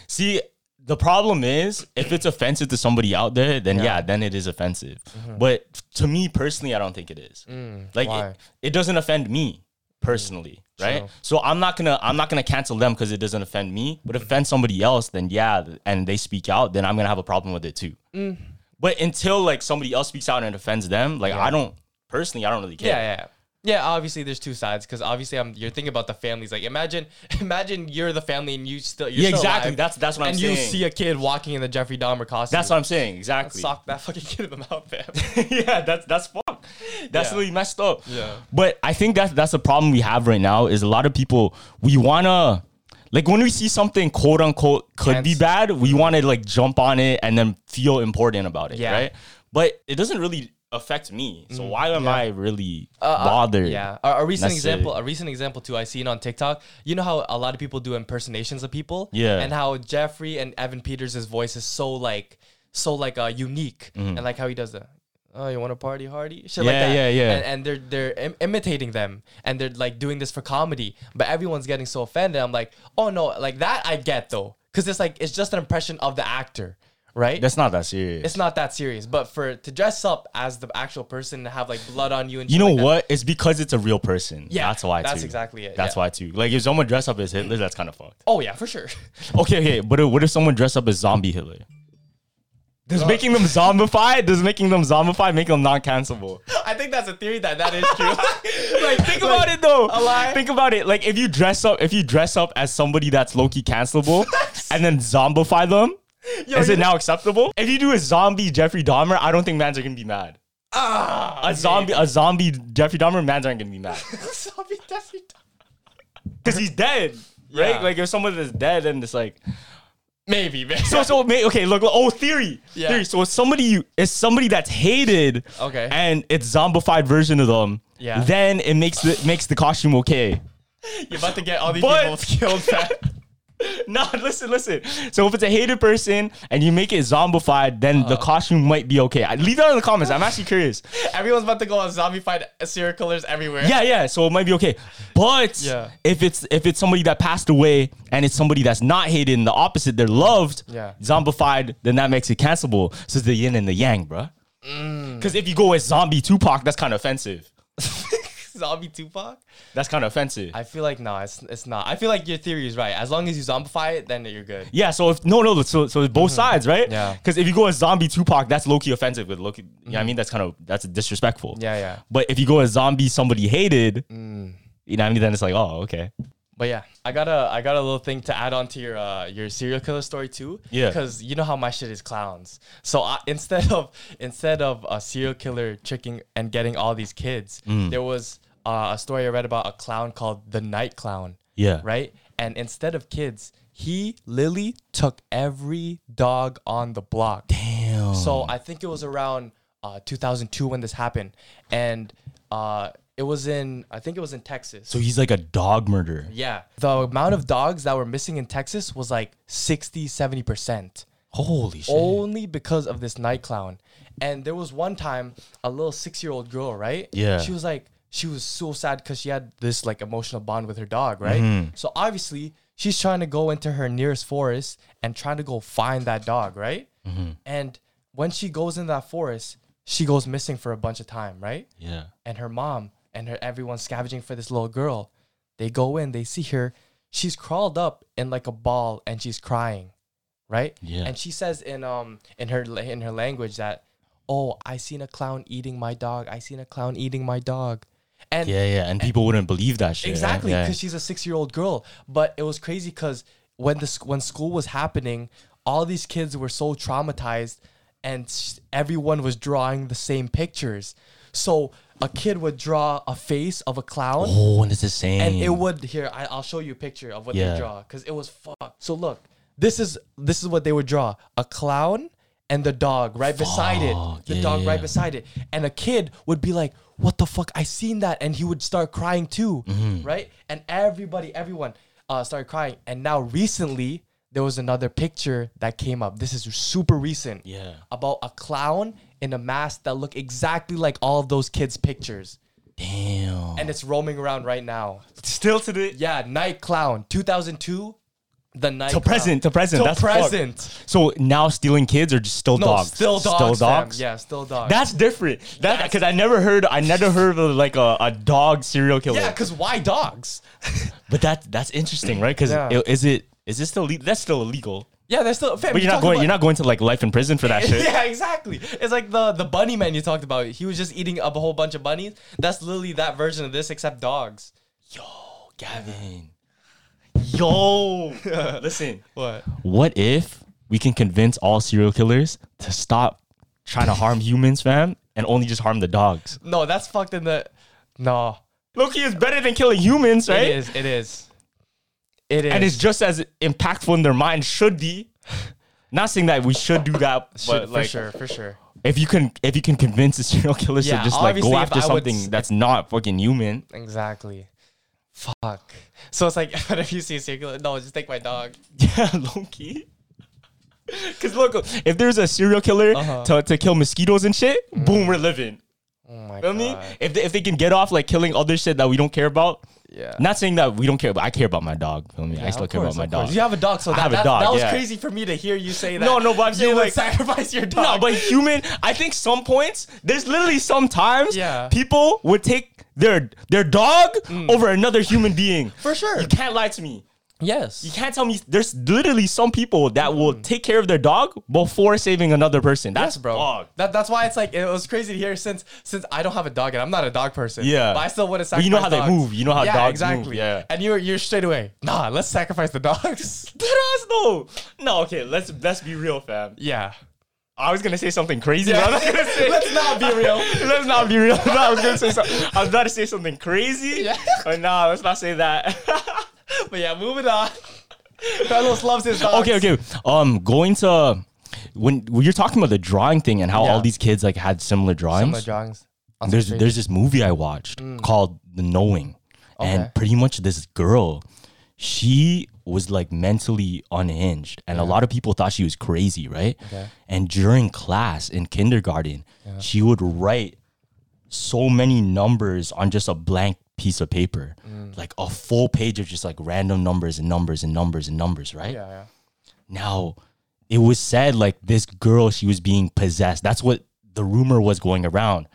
B: See, the problem is if it's offensive to somebody out there, then yeah, then it is offensive. But to me personally, I don't think it is. like
A: Mm-hmm. Mm, why? Mm,
B: it, it doesn't offend me personally, right? So I'm not gonna I'm not gonna cancel them because it doesn't offend me. But offend somebody else, then yeah, th- and they speak out, then I'm gonna have a problem with it too.
A: Mm.
B: But until like somebody else speaks out and offends them, like I don't personally, I don't really care.
A: yeah, yeah. Yeah, obviously there's two sides because obviously I'm you're thinking about the families. Like imagine, imagine you're the family and you still you're
B: Yeah,
A: still
B: exactly.
A: alive,
B: That's- that's what I'm
A: and you
B: saying.
A: see a kid walking in the Jeffrey Dahmer costume.
B: That's what I'm saying. Exactly.
A: sock that fucking kid in the mouth, fam.
B: yeah, that's that's fucked. That's
A: Yeah.
B: really messed up.
A: Yeah.
B: But I think that's that's the problem we have right now is a lot of people we wanna like when we see something quote unquote could be
A: Can't-
B: bad, we wanna like jump on it and then feel important about it.
A: Yeah. Mm,
B: Right. But it doesn't really affects me. So why am I really bothered?
A: Uh, Yeah. A, a recent
B: Necessary.
A: example, a recent example too, I seen on TikTok. You know how a lot of people do impersonations of people?
B: Yeah.
A: And how Jeffrey and Evan Peters' voice is so like so like uh unique and like how he does the Oh, you want to party hardy? Shit like
B: Mm-hmm. Yeah,
A: that.
B: yeah, yeah.
A: And, and they're they're Im- imitating them, and they're like doing this for comedy. But everyone's getting so offended. I'm like, oh no, like that I get though, because it's like it's just an impression of the actor, right?
B: That's not that serious.
A: it's not that serious. But for to dress up as the actual person and have like blood on you and
B: you
A: shit
B: know
A: like that,
B: what? It's because it's a real person.
A: Yeah,
B: that's why.
A: that's
B: too.
A: exactly it,
B: That's
A: yeah.
B: why too. Like if someone dressed up as Hitler, that's kind of fucked.
A: Oh yeah, for sure.
B: Okay, okay. But uh, what if someone dressed up as zombie Hitler? Does making them zombified? Does making them zombified make them non-cancelable?
A: I think that's a theory that that is true.
B: like think about it though.
A: a lie.
B: Think about it. Like if you dress up, if you dress up as somebody that's low key cancelable, and then zombify them, is
A: you
B: it now acceptable? If you do a zombie Jeffrey Dahmer, I don't think mans are gonna be mad. Ah, a zombie, a zombie Jeffrey Dahmer, mans aren't gonna be mad
A: Zombie Jeffrey Dahmer.
B: because he's dead, right?
A: Yeah.
B: Like if someone is dead, then it's like
A: Maybe, man.
B: so so may, okay look, look, oh theory
A: Yeah.
B: theory so it's somebody you it's somebody that's hated
A: Okay.
B: and it's zombified version of them
A: Yeah.
B: then it makes the makes the costume okay
A: You're about to get all these
B: But-
A: people killed. Man.
B: no listen listen so if it's a hated person and you make it zombified then the costume might be okay I, leave that in the comments I'm actually curious
A: Everyone's about to go on zombie fight serial killers everywhere.
B: yeah yeah so it might be okay but
A: Yeah.
B: if it's if it's somebody that passed away and it's somebody that's not hated and the opposite they're loved
A: Yeah.
B: zombified then that makes it cancelable so it's the yin and the yang bruh
A: Mm.
B: because if you go as zombie tupac that's kind of offensive
A: Zombie Tupac?
B: that's kind of offensive
A: I feel like no, it's it's not. I feel like your theory is right. As long as you zombify it, then you're good.
B: yeah, so if no, no, so so it's both sides, right?
A: Mm-hmm. Yeah. Mm.
B: Because if you go as zombie Tupac, that's low key offensive. With low key, yeah, I mean that's kind of that's disrespectful.
A: Yeah, yeah. Mm.
B: But if you go as zombie somebody hated, you know, what I mean, then it's like, oh, okay.
A: But yeah, I got a I got a little thing to add on to your uh, your serial killer story too.
B: Yeah.
A: Because you know how my shit is clowns. So I, instead of instead of a serial killer tricking and getting all these kids,
B: Mm.
A: there was uh, a story I read about a clown called the Night Clown.
B: Yeah.
A: Right. And instead of kids, he Lily took every dog on the block. Damn. So I think it was around uh, 2002 when this happened, and uh, it was in I think it was in Texas.
B: So he's like a dog murderer.
A: Yeah. The amount of dogs that were missing in Texas was like 60, 70%.
B: Holy shit.
A: Only because of this night clown. And there was one time a little six year old girl, right?
B: Yeah.
A: She was like, she was so sad because she had this like emotional bond with her dog, right? So obviously she's trying to go into her nearest forest and trying to go find that dog, right? And when she goes in that forest, she goes missing for a bunch of time, right?
B: Yeah.
A: and her mom and her everyone scavenging for this little girl. They go in, they see her. She's crawled up in like a ball and she's crying, right?
B: Yeah.
A: And she says in um in her la- in her language that, "Oh, I seen a clown eating my dog. I seen a clown eating my dog." And
B: Yeah, yeah. And people wouldn't believe that shit. right?
A: Exactly,
B: Yeah.
A: because she's a six-year-old girl. But it was crazy because when the sc- when school was happening, all these kids were so traumatized, and s everyone was drawing the same pictures. So a kid would draw a face of a clown,
B: Oh, and it's the same.
A: and it would here. I, I'll show you a picture of what
B: Yeah.
A: they draw because it was fucked. So look, this is this is what they would draw: a clown and the dog right beside it, the
B: yeah,
A: dog
B: yeah,
A: right
B: yeah.
A: beside it, and a kid would be like, "What the fuck? I seen that," and he would start crying too,
B: Mm-hmm.
A: right? And everybody, everyone, uh, started crying. And now recently, there was another picture that came up. This is super recent.
B: Yeah.
A: About a clown in a mask that looked exactly like all of those kids' pictures,
B: Damn.
A: and it's roaming around right now.
B: Still to the
A: Yeah, Night Clown, 2002. The Night
B: to
A: Clown.
B: present, to present,
A: To
B: that's fucked.
A: present.
B: So now stealing kids are just still
A: No,
B: dogs,
A: still dogs.
B: still
A: fam.
B: dogs.
A: Yeah, still dogs.
B: That's different. That because I never heard I never heard of like a, a dog serial killer.
A: yeah, because why dogs?
B: but that that's interesting, right? Because
A: Yeah.
B: is it is this still le- that's still illegal?
A: yeah, they're still. Fam,
B: But you're not
A: talking
B: going
A: about-
B: you're not going to like life in prison for that shit.
A: Yeah, exactly. It's like the the bunny man you talked about. He was just eating up a whole bunch of bunnies. That's literally that version of this, except dogs.
B: Gavin, yo, listen.
A: What?
B: What if we can convince all serial killers to stop trying to harm humans, fam, and only just harm the dogs?
A: No, that's fucked in the. No,
B: Loki is better than killing humans, right?
A: it is. It is. It is.
B: and it's just as impactful in their mind should be Not saying that we should do that, but
A: Should- for
B: like,
A: sure, for sure.
B: if you can, if you can convince a serial killer
A: Yeah,
B: to just like
A: obviously,
B: go
A: if
B: after
A: I would
B: something
A: s-
B: that's not fucking human,
A: Exactly. Fuck. So it's like, but if you see a serial killer, no, just take my dog.
B: yeah, low key. Because look, if there's a serial killer to, to kill mosquitoes and shit, boom, we're living.
A: Uh-huh. Mm. Oh my
B: Feel
A: god.
B: me? If they, if they can get off like killing other shit that we don't care about,
A: Yeah.
B: Not saying that we don't care, but I care about my dog. Feel me? I
A: Yeah,
B: still
A: of
B: care
A: course,
B: about my
A: of course.
B: dog.
A: You have a dog, so
B: I
A: that,
B: have a
A: that-
B: dog,
A: That was
B: yeah.
A: crazy for me to hear you say that.
B: No, no, but I'm
A: you
B: saying,
A: would
B: like-
A: sacrifice your dog.
B: No, but human. I think some points. There's literally sometimes
A: Yeah. Mm.
B: people would take their their dog over another human being.
A: For sure.
B: you can't lie to me.
A: yes,
B: You can't tell me. There's literally some people that will take care of their dog before saving another person. That's
A: Mm. Yes, bro.
B: Dog.
A: That, that's why it's like it was crazy to hear since since I don't have a dog and I'm not a dog person.
B: Yeah.
A: but I still would have
B: But
A: sacrificed.
B: you know how they
A: dogs.
B: move. You know how
A: yeah,
B: dogs move.
A: exactly.
B: Yeah.
A: and you're you're straight away. Nah, let's sacrifice the dogs.
B: Dead ass though. No, okay. Let's let's be real, fam.
A: yeah,
B: I was gonna say something crazy. but I'm not gonna say.
A: let's not be real.
B: Let's not be real. No, I was gonna say something. I was about to say something crazy.
A: Yeah.
B: But nah, let's not say that.
A: But yeah, moving on. Carlos loves his dogs.
B: okay, okay. Um, going to when, when you're talking about the drawing thing and how all
A: Yeah.
B: these kids like had similar drawings.
A: Similar drawings. On
B: there's
A: the street.
B: there's this movie I watched called The Knowing, and pretty much this girl, she was like mentally unhinged, and a lot of people thought she was crazy, right? And during class in kindergarten, she would write so many numbers on just a blank piece of paper, like a full page of just like random numbers and numbers and numbers and numbers, right?
A: yeah, yeah.
B: Now, it was said like this girl, she was being possessed. That's what the rumor was going around.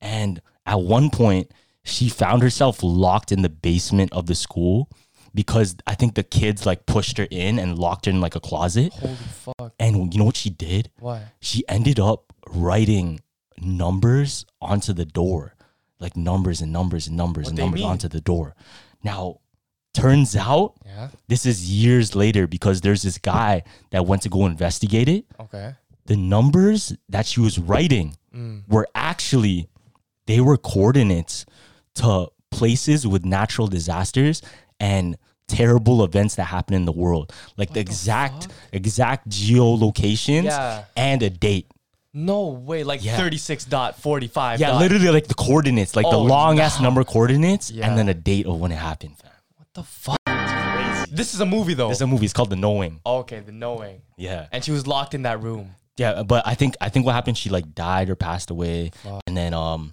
B: And at one point, she found herself locked in the basement of the school because I think the kids like pushed her in and locked her in like a closet.
A: Holy fuck!
B: And you know what she did?
A: What?
B: She ended up writing numbers onto the door, like numbers and numbers and numbers and
A: they
B: numbers
A: mean?
B: onto the door. Now, turns out
A: Yeah.
B: this is years later because there's this guy that went to go investigate it.
A: Okay.
B: The numbers that she was writing
A: Mm.
B: were actually they were coordinates to places with natural disasters and terrible events that happen in the world. Like the exact exact geolocations
A: Yeah.
B: and a date.
A: No way. Like
B: Yeah.
A: 36 dot 45.
B: Yeah,
A: dot.
B: literally like the coordinates, like the
A: Oh,
B: long ass number coordinates
A: Yeah.
B: and then a date of when it happened. fam.
A: What the fuck? This is a movie though. Oh,
B: There's a movie, it's called The Knowing.
A: okay, the knowing.
B: Yeah.
A: Oh. And she was locked in that room.
B: Yeah, but I think I think what happened, she like died or passed away, and then um,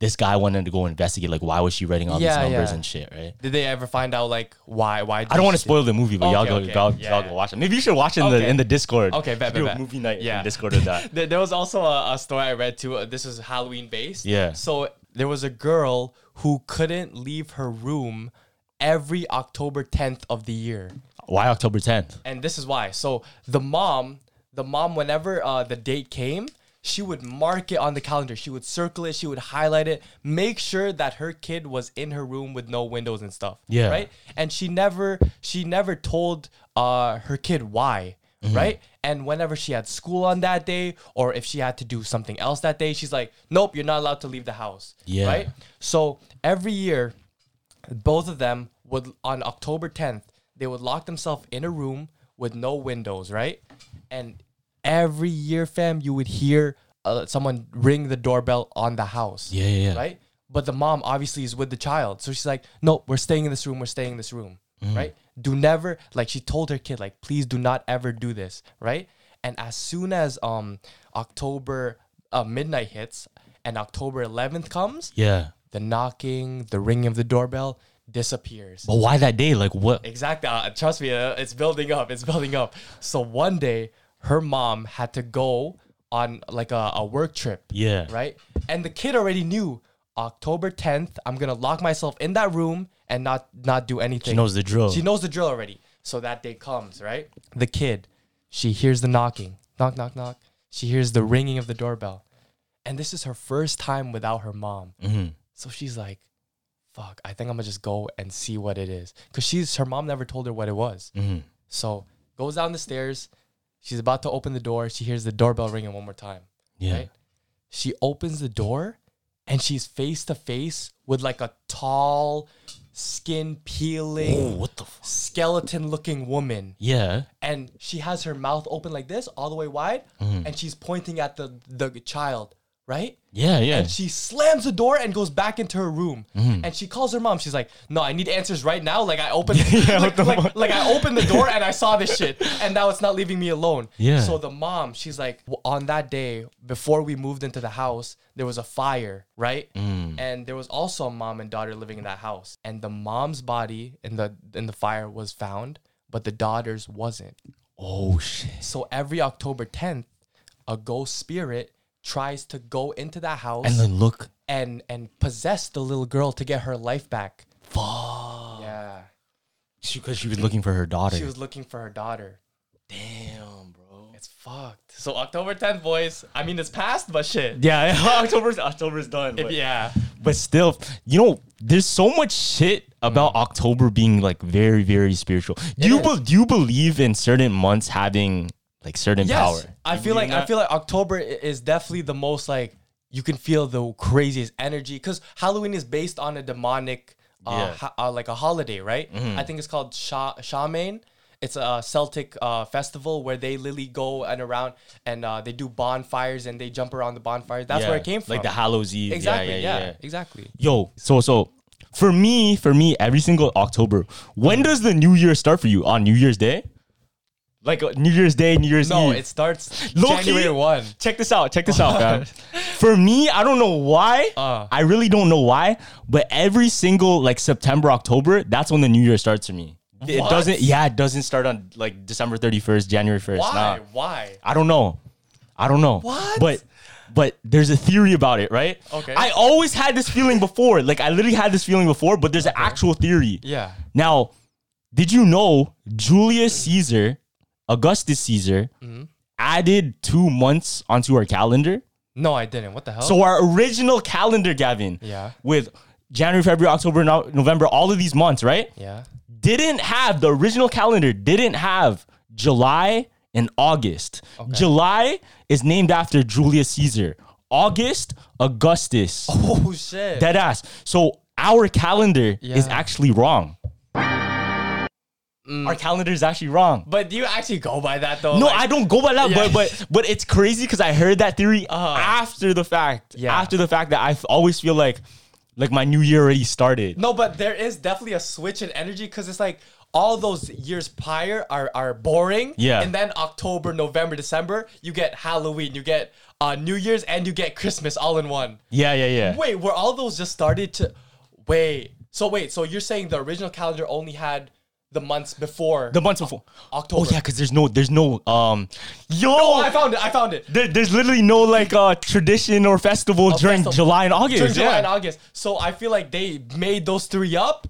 B: this guy wanted to go investigate like why was she writing all
A: Yeah,
B: these numbers
A: yeah.
B: and shit, right?
A: Did they ever find out like why? Why?
B: I don't want
A: she
B: to spoil the movie, but y'all
A: Okay,
B: go,
A: okay.
B: y'all,
A: Yeah,
B: y'all
A: yeah.
B: go watch it. Maybe you should watch it in the
A: Okay.
B: in the Discord.
A: Okay, bet,
B: Do
A: bet,
B: a
A: bet.
B: movie night
A: Yeah.
B: in Discord or that.
A: There, there was also a, a story I read too. Uh, this was Halloween based.
B: Yeah.
A: So there was a girl who couldn't leave her room every October 10th of the year.
B: Why October 10th?
A: and this is why. So the mom, the mom, whenever uh, the date came, she would mark it on the calendar. She would circle it. She would highlight it. Make sure that her kid was in her room with no windows and stuff.
B: Yeah.
A: Right. And she never, she never told uh, her kid why.
B: Mm-hmm.
A: Right. And whenever she had school on that day, or if she had to do something else that day, she's like, "Nope, you're not allowed to leave the house."
B: Yeah.
A: Right. So every year, both of them would on October 10th, they would lock themselves in a room with no windows, right? And every year, fam, you would hear uh, someone ring the doorbell on the house.
B: Yeah, yeah, yeah.
A: Right? But the mom obviously is with the child. So she's like, "No, we're staying in this room. We're staying in this room."
B: Mm.
A: Right? Do never like she told her kid like, "Please do not ever do this." Right? And as soon as um October uh, midnight hits and October 11th comes,
B: Yeah,
A: the knocking, the ringing of the doorbell disappears.
B: but why that day? Like what?
A: Exactly. Uh, trust me, uh, it's building up. It's building up. So one day, her mom had to go on like a, a work trip.
B: Yeah.
A: Right? And the kid already knew October 10th, I'm going to lock myself in that room and not not do anything.
B: knows the drill.
A: She knows the drill already. So that day comes, right? Oh. The kid, she hears the knocking. Knock, knock, knock. She hears the ringing of the doorbell. And this is her first time without her mom. So she's like, fuck, I think I'm gonna just go and see what it is. Cause she's her mom never told her what it was. So goes down the stairs. She's about to open the door. She hears the doorbell ringing one more time.
B: Yeah.
A: She opens the door and she's face to face with like a tall, skin peeling,
B: what the? F-
A: skeleton looking woman
B: Yeah.
A: and she has her mouth open like this all the way wide and she's pointing at the the child right
B: Yeah. Yeah.
A: and she slams the door and goes back into her room
B: Mm-hmm.
A: and she calls her mom she's like no i need answers right now like i opened like, like- like i opened the door and i saw this shit and now it's not leaving me alone
B: Yeah.
A: so the mom she's like "W- on that day before we moved into the house there was a fire right
B: Mm.
A: and there was also a mom and daughter living in that house and the mom's body in the in the fire was found but the daughter's wasn't
B: oh shit.
A: so every october 10th a ghost spirit tries to go into that house
B: And then look.
A: and and possess the little girl to get her life back.
B: Fuck.
A: Yeah.
B: Because she was looking for her daughter.
A: She was looking for her daughter.
B: Damn, bro.
A: It's fucked. So October 10th, boys. I mean, it's past, but shit.
B: Yeah, October's October's done.
A: If-
B: But,
A: yeah.
B: but still, you know, there's so much shit about
A: Mm.
B: October being like very, very spiritual. Do you be, do you believe in certain months having like certain
A: Yes.
B: power?
A: I feel like I feel like October i- is definitely the most like you can feel the craziest energy because Halloween is based on a demonic, uh,
B: Yeah. Mm-hmm.
A: ho- uh, like a holiday, right? I think it's called Sha- Shamain. It's a Celtic uh, festival where they literally go and around and uh, they do bonfires and they jump around the bonfires. That's where
B: Yeah,
A: it came from.
B: Like the Hallows Eve. Yeah,
A: Exactly.
B: Yeah,
A: Yeah,
B: yeah,
A: Exactly.
B: Yo, so so for me, for me, every single October. When does the New Year start for you? On New Year's Day? Like uh, New Year's Day, New Year's
A: No,
B: Eve.
A: it starts
B: Low-key-
A: January one.
B: Check this out. Check this out, fam. For me, I don't know why.
A: Uh.
B: I really don't know why. But every single like September, October, that's when the new year starts for me. It
A: What?
B: doesn't. Yeah, it doesn't start on like December thirty first, January first.
A: Why? Why?
B: I don't know. I don't know.
A: What?
B: But but there's a theory about it, right?
A: Okay.
B: I always had this feeling before. Like I literally had this feeling before, but there's an actual theory.
A: Yeah.
B: Now, did you know Julius Caesar, Augustus Caesar,
A: Mm-hmm.
B: added two months onto our calendar?
A: No, I didn't. What the hell?
B: So our original calendar, Gavin,
A: Yeah.
B: with January, February, October, No- November, all of these months, right?
A: yeah.
B: didn't have the original calendar didn't have July and August. July is named after Julius Caesar. August, Augustus.
A: Oh shit.
B: Dead ass. So our calendar is
A: Yeah.
B: actually wrong. Our calendar is actually wrong.
A: but do you actually go by that though?
B: No,
A: Like-
B: I don't go by that,
A: Yeah. Uh-huh.
B: but but but it's crazy because I heard that theory after the fact.
A: Yeah.
B: After the fact that I f- always feel like like my new year already started.
A: No, but there is definitely a switch in energy because it's like all those years prior are are boring.
B: Yeah.
A: And then October, November, December, you get Halloween, you get uh, New Year's, and you get Christmas all in one.
B: Yeah, yeah, yeah.
A: Wait, were all those just started to? Wait. So wait. So you're saying the original calendar only had the months before
B: The months before.
A: October?
B: Oh yeah, because there's no, there's no, um, yo,
A: Oh, I found it. I found it.
B: there, there's literally no like uh tradition or festival during
A: festival.
B: July and August.
A: Oh, During July
B: yeah.
A: and August. So I feel like they made those three up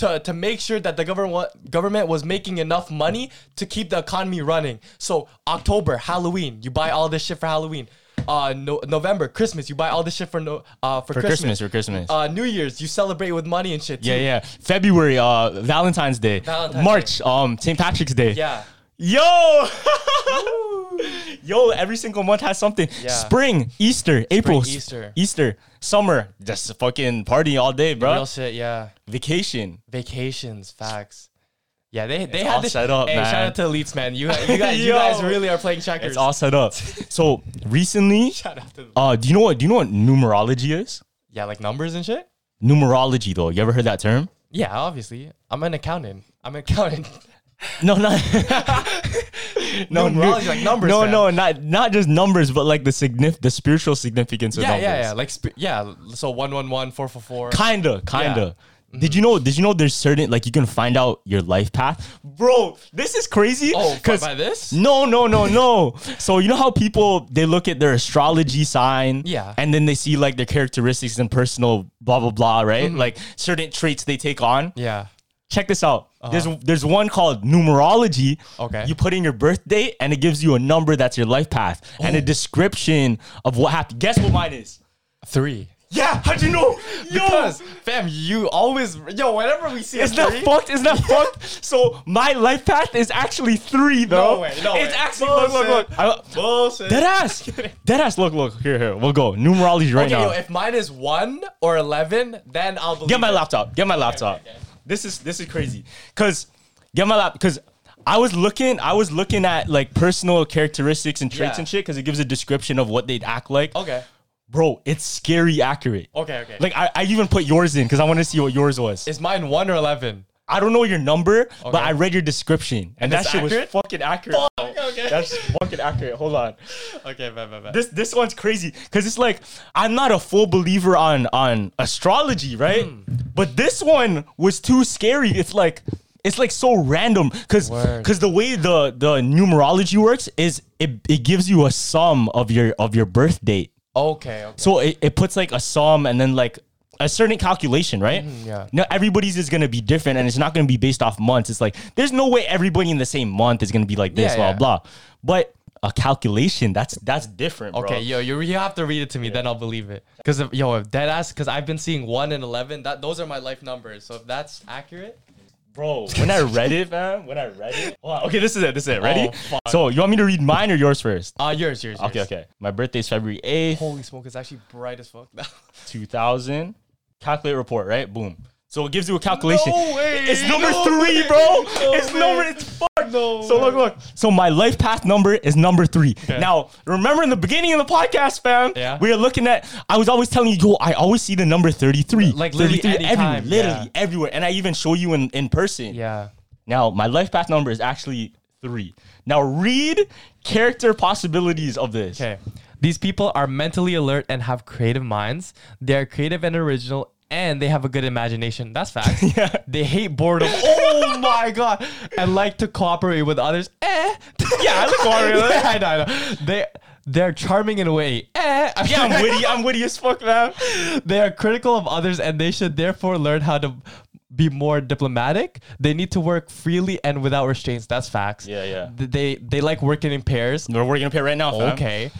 A: to, to make sure that the government government was making enough money to keep the economy running. So October, Halloween, you buy all this shit for Halloween. Uh, no, November, Christmas, you buy all this shit for no, uh, for,
B: For Christmas, for Christmas.
A: Uh, New Year's, you celebrate with money and shit. Too.
B: yeah, yeah. February, uh, Valentine's Day.
A: Valentine's
B: March, um, St. Patrick's Day.
A: yeah.
B: Yo, yo, every single month has something. Spring, Easter, April, s-
A: Easter.
B: Easter, summer, just fucking party all day, bro.
A: Real shit. Yeah.
B: Vacation.
A: Vacations, facts. Yeah, they they had
B: all
A: this.
B: set up,
A: hey,
B: man.
A: shout out to elites, man. You you guys, you guys
B: Yo.
A: really are playing checkers.
B: It's all set up. so recently,
A: Shout out to them.
B: uh, do you know what? Do you know what numerology is?
A: Yeah, like numbers and shit.
B: Numerology, though. You ever heard that term?
A: Yeah, obviously. I'm an accountant. I'm an accountant.
B: No, not no nu-
A: Numerology, like numbers,
B: No,
A: fam.
B: no, not not just numbers, but like the signif- the spiritual significance of
A: yeah,
B: numbers.
A: yeah, yeah. Like sp- yeah. So one one one four four four.
B: Kinda, kinda. Did you know? Did you know? There's certain like you can find out your life path, bro. This is crazy.
A: Oh, by,
B: 'cause-
A: by this?
B: No, no, no, no. so you know how people they look at their astrology sign,
A: Yeah.
B: and then they see like their characteristics and personal blah blah blah, right? Like certain traits they take on.
A: Mm-hmm. Yeah. Uh-huh.
B: check this out. There's there's one called numerology.
A: Okay.
B: You put in your birth date and it gives you a number that's your life path and
A: Oh.
B: a description of what happened. Guess what mine is?
A: Three.
B: Yeah, how'd you know? Yo,
A: Because fam, you always yo. Whenever we see a
B: it's not
A: three,
B: fucked. It's not fucked. So my life path is actually three, though.
A: way, no
B: It's
A: way.
B: actually look, look, look. I,
A: bullshit.
B: dead ass. Dead ass. Look, look. Here, here. We'll go. Numerology right
A: Okay,
B: now.
A: yo. If mine is one or eleven, then I'll believe.
B: Get my
A: it.
B: laptop. Get my laptop. This is this is crazy. Cause Get my lap because I was looking. I was looking at like personal characteristics and traits
A: Yeah.
B: and shit because it gives a description of what they'd act like.
A: Okay.
B: bro, it's scary accurate.
A: Okay, okay.
B: Like I, I even put yours in because I want to see what yours was.
A: Is mine one or eleven?
B: I don't know your number, but I read your description and, that
A: it's
B: shit
A: accurate?
B: was fucking accurate. bro.
A: okay.
B: That's fucking accurate. Hold on.
A: Okay, bad, bad, bad.
B: This this one's crazy because it's like I'm not a full believer on on astrology, right?
A: Hmm.
B: But this one was too scary. It's like it's like so random because
A: Word.
B: because the way the the numerology works is it, it gives you a sum of your of your birth date.
A: okay, okay.
B: So it, it puts like a sum and then like a certain calculation, right?
A: Mm-hmm, yeah.
B: Now everybody's is gonna be different and it's not gonna be based off months. It's like there's no way everybody in the same month is gonna be like this,
A: Yeah,
B: blah
A: yeah.
B: blah. But a calculation, that's that's different. bro.
A: Okay, yo, you, you have to read it to me, then I'll believe it. Because if yo, if dead ass, because I've been seeing one and eleven. That those are my life numbers. So if that's accurate,
B: Bro, when I read it, man, when I read it. Wow. Okay, this is it. This is it. Ready?
A: Oh, fuck.
B: so you want me to read mine or yours first?
A: uh, yours, yours,
B: Okay,
A: yours.
B: okay. My birthday's February 8th,
A: Holy smoke, it's actually bright as fuck.
B: 2000. Calculate report, right? Boom. So it gives you a calculation.
A: No way,
B: It's number
A: no
B: three,
A: way,
B: bro.
A: no
B: it's
A: way.
B: number. It's fuck.
A: No
B: So look,
A: way.
B: look. So my life path number is number three. Now remember in the beginning of the podcast, fam.
A: Yeah.
B: We are looking at. I was always telling you, yo, I always see the number thirty-three.
A: Like, literally
B: 33 everywhere,
A: anytime,
B: literally
A: yeah.
B: everywhere, and I even show you in in person.
A: yeah.
B: Now, my life path number is actually three. Now, read character possibilities of this.
A: Okay. These people are mentally alert and have creative minds. They are creative and original, and they have a good imagination. That's facts. yeah. They hate boredom. Oh my god! And like to cooperate with others. Eh.
B: Yeah, I look already.
A: yeah, I know, I know. They they're charming in a way. Eh.
B: Yeah, I'm witty. I'm witty as fuck, man.
A: They are critical of others and they should therefore learn how to be more diplomatic. They need to work freely and without restraints. That's facts.
B: Yeah, yeah.
A: Th- They they like working in pairs.
B: We're working up here right now, fam.
A: Okay.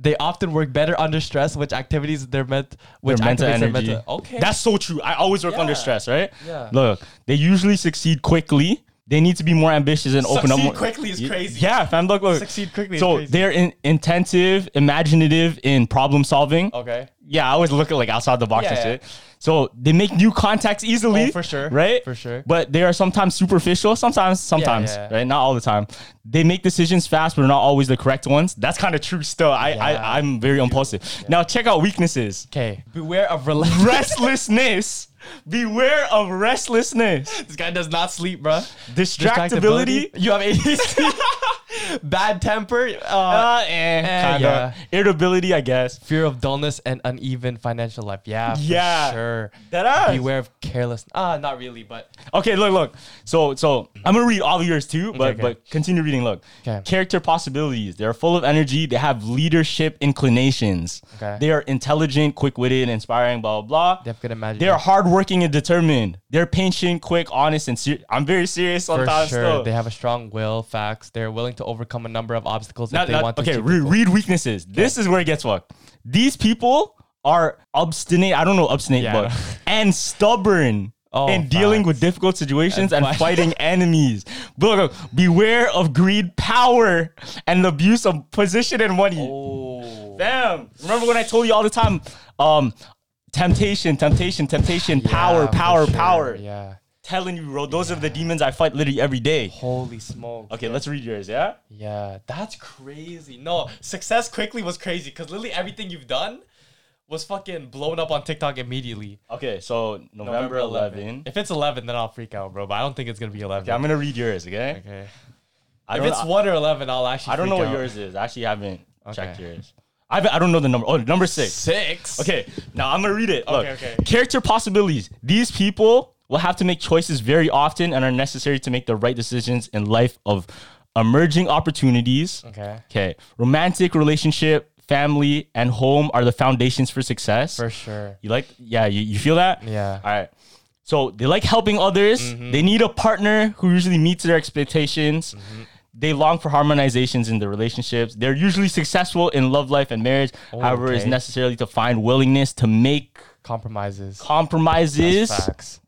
A: They often work better under stress, which activities they're meant which
B: Their mental
A: activates
B: energy.
A: their mental Okay.
B: That's so true. I always work under
A: Yeah.
B: stress, right?
A: Yeah.
B: Look, they usually succeed quickly. They need to be more ambitious and open up
A: Succeed
B: more.
A: quickly is
B: Y-
A: crazy.
B: Yeah, fam. Look, look.
A: Succeed quickly is
B: So
A: crazy.
B: they're in- intensive, imaginative in problem solving.
A: okay.
B: Yeah, I always look at like outside the box
A: Yeah,
B: and
A: yeah.
B: shit. So they make new contacts easily.
A: Oh, for sure.
B: Right?
A: For sure.
B: But they are sometimes superficial, sometimes, sometimes,
A: yeah, yeah.
B: right? Not all the time. They make decisions fast, but not always the correct ones. That's kind of true still. I, I I'm very impulsive. Now check out weaknesses.
A: Okay. Beware of relentless.
B: Restlessness. Beware of restlessness.
A: this guy does not sleep, bro.
B: Distractibility.
A: You have ADHD. Bad temper. Uh,
B: Uh, eh, kinda. Irritability, I guess.
A: fear of dullness and uneven financial life. Yeah, for
B: Yeah.
A: sure.
B: That ass.
A: Beware of careless. Ah, not really, but
B: Okay, look, look. So, so I'm gonna read all of yours too, but
A: okay.
B: but continue reading. Look,
A: Okay.
B: character possibilities. They are full of energy. They have leadership inclinations.
A: Okay.
B: They are intelligent, quick-witted, inspiring. Blah blah. blah.
A: They have good imagination.
B: They are hardworking and determined. They're patient, quick, honest, and serious. I'm very serious
A: for
B: sometimes.
A: sure
B: though.
A: they have a strong will. Facts. They're willing to overcome a number of obstacles
B: Not-
A: if they
B: not-
A: want to.
B: okay,
A: achieve
B: re-
A: their goal.
B: read weaknesses. This is where it gets fucked. These people are obstinate. I don't know obstinate,
A: Yeah.
B: but and stubborn.
A: Oh,
B: in dealing with difficult situations and, fighting enemies. But look, look, beware of greed, power, and the abuse of position and money.
A: Oh.
B: Damn. Remember when I told you all the time, um, temptation, temptation, temptation, power,
A: Yeah, for
B: power,
A: sure,
B: power.
A: Yeah.
B: Telling you, bro, those are the demons I fight literally every day.
A: Holy smoke.
B: Okay, let's read yours, yeah?
A: Yeah, that's crazy. No, success quickly was crazy because literally everything you've done was fucking blown up on TikTok immediately.
B: Okay, so November, 11.
A: If it's 11, then I'll freak out, bro. But I don't think it's gonna be 11.
B: Okay, I'm gonna read yours, okay?
A: okay.
B: I
A: If
B: don't,
A: it's
B: I-
A: one or eleven, I'll actually.
B: I don't know
A: freak
B: what
A: out.
B: yours is. I actually haven't checked
A: Okay.
B: yours. I I don't know the number. Oh, number six.
A: Six.
B: Okay, now I'm gonna read it. Look,
A: Okay, okay.
B: Character possibilities. These people will have to make choices very often and are necessary to make the right decisions in life of emerging opportunities.
A: Okay.
B: Okay. Romantic relationship, family, and home are the foundations for success.
A: For sure.
B: You like, yeah, you, you feel that?
A: Yeah.
B: All right. So they like helping others. They need a partner who usually meets their expectations. They long for harmonizations in their relationships. They're usually successful in love life and marriage. However, it's
A: Oh, okay.
B: necessarily to find willingness to make
A: Compromises.
B: compromises.
A: Facts.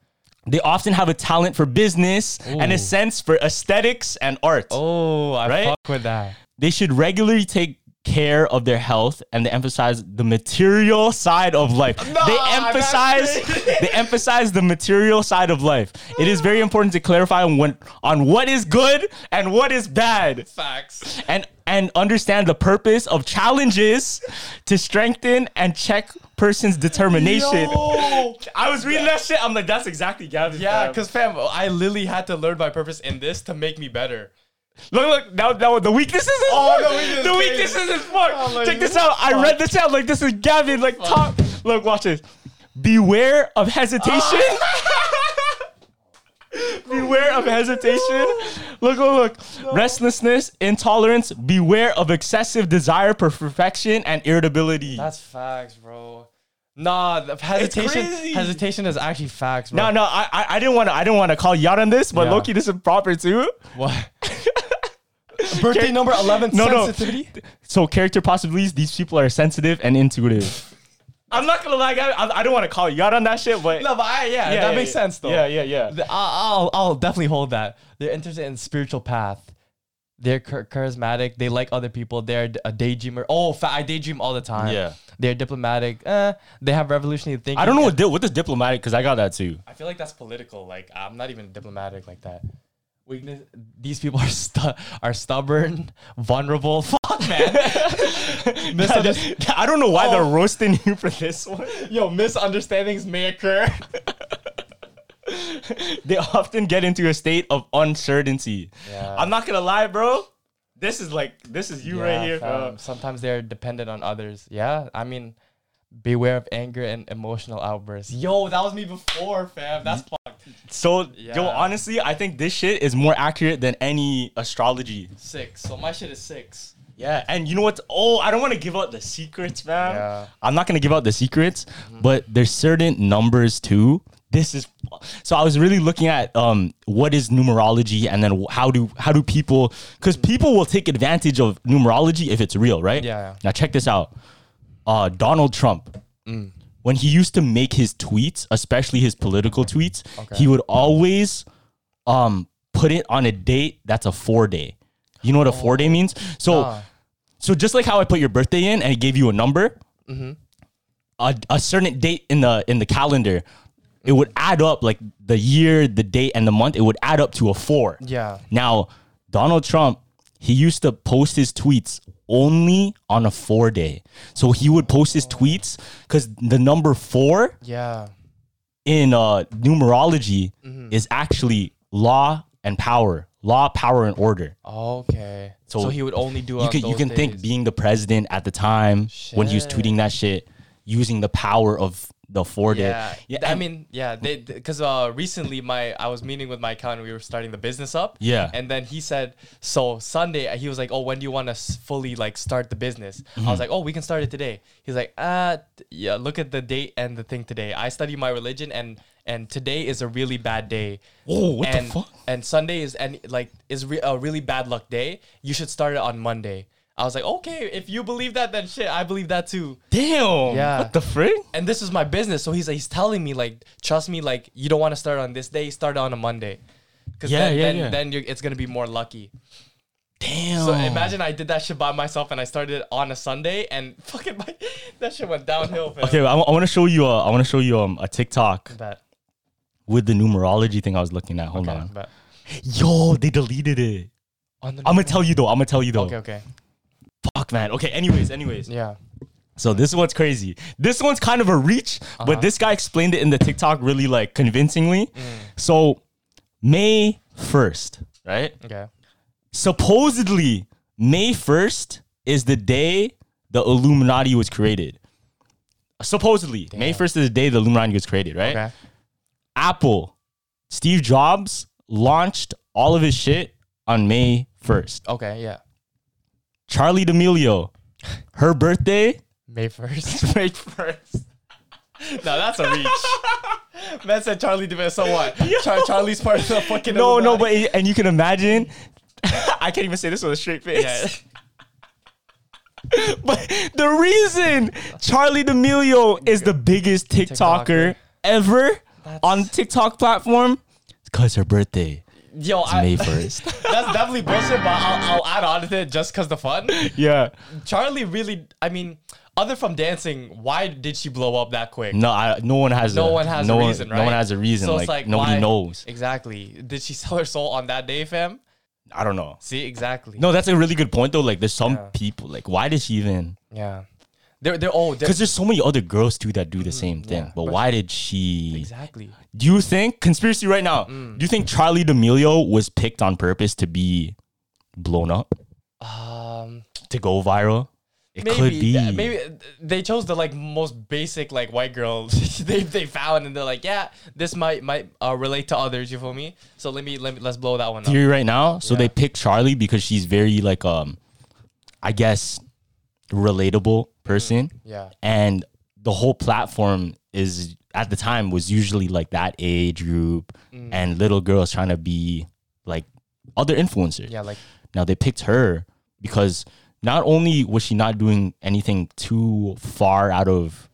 B: They often have a talent for business and a sense for aesthetics and art.
A: Oh, I
B: Right?
A: fuck with that.
B: They should regularly take care of their health and they emphasize the material side of life. they emphasize they emphasize the material side of life. It is very important to clarify on when, on what is good and what is bad
A: Facts.
B: and and understand the purpose of challenges to strengthen and check person's determination.
A: Yo.
B: I was reading that shit. I'm like, that's exactly Gavin.
A: Yeah,
B: fam.
A: because fam, I literally had to learn my purpose in this to make me better.
B: Look, look, now, now the weaknesses is
A: Oh,
B: fucked.
A: the weakness
B: The
A: is
B: weaknesses
A: crazy. Oh
B: is fucked.
A: I'm like,
B: Check this out. I read this out like this is Gavin. Like talk. Look, watch this. Beware of hesitation. beware of hesitation. Look, look, look. Restlessness, intolerance. Beware of excessive desire for perfection and irritability.
A: That's facts, bro. Nah, the hesitation
B: crazy.
A: hesitation is actually facts, bro.
B: no, no, I, I, I didn't want to. I didn't want to call you out on this, but
A: Yeah.
B: Loki, this is proper too.
A: What? Birthday number 11
B: No, no.
A: sensitivity?
B: So character possibilities, these people are sensitive and intuitive. I'm not gonna lie, I, I, I don't want to call you out on that shit, but
A: No, but I, yeah,
B: Yeah,
A: that
B: yeah,
A: makes
B: yeah.
A: sense though.
B: Yeah, yeah, yeah.
A: The- I'll, I'll, I'll definitely hold that. They're interested in spiritual path. They're char- charismatic. They like other people. They're d- a daydreamer. Oh, fa- I daydream all the time.
B: Yeah.
A: They're diplomatic. Eh, they have revolutionary thinking.
B: I don't know what di- what is diplomatic because I got that too.
A: I feel like that's political. Like I'm not even diplomatic like that. Weakness. These people are stu- are stubborn, vulnerable. Fuck, man. Misunder-
B: I don't know why
A: Oh.
B: they're roasting you for this one.
A: Yo, misunderstandings may occur.
B: They often get into a state of uncertainty.
A: Yeah.
B: I'm not gonna lie, bro. This is like this is you right
A: Yeah,
B: here,
A: fam.
B: bro.
A: Sometimes they're dependent on others. Yeah, I mean, beware of anger and emotional outbursts. Yo, that was me before, fam. That's fucked.
B: So,
A: Yeah.
B: yo, honestly, I think this shit is more accurate than any astrology.
A: six. So my shit is six.
B: Yeah, and you know what? Oh, I don't want to give out the secrets, man.
A: Yeah.
B: I'm not gonna give out the secrets, but there's certain numbers too. This is so. I was really looking at um, what is numerology, and then how do how do people? Because people will take advantage of numerology if it's real, right?
A: Yeah, yeah.
B: Now check this out. Uh, Donald Trump,
A: Mm.
B: when he used to make his tweets, especially his political tweets, he would always um put it on a date that's a four day. You know what a four day means? So so just like how I put your birthday in and it gave you a number, a, a certain date in the in the calendar, it would add up like the year, the date, and the month. It would add up to a four.
A: Yeah.
B: Now Donald Trump, he used to post his tweets only on a four day. So he would post his tweets because the number four
A: Yeah.
B: in uh, numerology
A: Mm-hmm.
B: is actually law and power, law, power, and order.
A: Okay. So,
B: So
A: he would only do.
B: you
A: on
B: can you
A: those
B: can think
A: days.
B: being the president at the time when he was
A: Shit.
B: tweeting that shit, using the power of the four day.
A: Yeah. yeah. I
B: and-
A: mean, yeah. They because uh recently my I was meeting with my accountant. We were starting the business up.
B: Yeah.
A: And then he said, so Sunday he was like, oh, when do you want to fully like start the business? I
B: Mm-hmm.
A: was like, oh, we can start it today. He's like, uh, t- yeah. Look at the date and the thing today. I study my religion and and today is a really bad day.
B: Whoa, what the
A: and,
B: fuck?
A: And Sunday is and like is re- a really bad luck day. You should start it on Monday. I was like, okay, if you believe that, then shit, I believe that too
B: damn.
A: Yeah.
B: What the frick?
A: and this is my business. So he's he's telling me like, trust me, like you don't want to start on this day, start on a Monday, because
B: Yeah,
A: then
B: yeah,
A: then,
B: yeah.
A: then you're, it's gonna be more lucky.
B: Damn.
A: So imagine I did that shit by myself and I started it on a Sunday and fucking my, that shit went downhill. Fam.
B: Okay, I, want to show you. A, I want to show you um, a TikTok
A: bet.
B: with the numerology thing I was looking at. Hold
A: Okay,
B: on.
A: bet.
B: Yo, they deleted it.
A: On the
B: I'm gonna tell you though. I'm gonna tell you though.
A: okay, okay,
B: Fuck, man. Okay. Anyways, anyways.
A: yeah.
B: So this is what's crazy. This one's kind of a reach, but this guy explained it in the TikTok really like convincingly. So May 1st, right?
A: Okay.
B: Supposedly May 1st is the day the Illuminati was created. Supposedly, May 1st is the day the Illuminati was created, right?
A: Okay.
B: Apple, Steve Jobs launched all of his shit on May 1st.
A: Okay. Yeah.
B: Charlie D'Amelio, her birthday,
A: May first.
B: May 1st.
A: no, that's a reach. Man said Charlie DeVille. So what? Char- Charlie's part of the fucking.
B: No, no,
A: Illuminati.
B: but it- and you can imagine. I can't even say this with a straight face. but the reason Charlie D'Amelio is the biggest TikToker
A: TikToker.
B: ever on the TikTok platform is because her birthday
A: Yo,
B: It's
A: I,
B: May 1st.
A: that's definitely bullshit, but I'll, I'll add on to it just because the fun.
B: yeah.
A: Charlie really, I mean, other from dancing, why did she blow up that quick?
B: No, I, no one has.
A: No
B: a,
A: one has
B: no
A: a reason, right?
B: No one has a reason.
A: So
B: like,
A: it's
B: nobody
A: why-
B: knows.
A: Exactly. Did she sell her soul on that day, fam?
B: I don't know.
A: See, exactly.
B: No, that's a really good point though. Like, there's some people. Like, why did she even?
A: Yeah. They're, they're, oh, they're,
B: Because there's so many other girls too that do the same thing. but, why did she?
A: exactly.
B: Do you think conspiracy right now?
A: Mm.
B: Do you think Charlie D'Amelio was picked on purpose to be blown up
A: Um,
B: to go viral? It could be.
A: th- Maybe they chose the like most basic like white girl they, they found, and they're like, yeah, this might might uh, relate to others. You feel me? So let me let me let's blow that one up.
B: theory right now. So they picked Charlie because she's very like um, I guess, relatable person.
A: Mm-hmm. Yeah.
B: and the whole platform is at the time was usually like that age group
A: Mm.
B: and little girls trying to be like other influencers.
A: Yeah, like
B: Now they picked her because not only was she not doing anything too far out of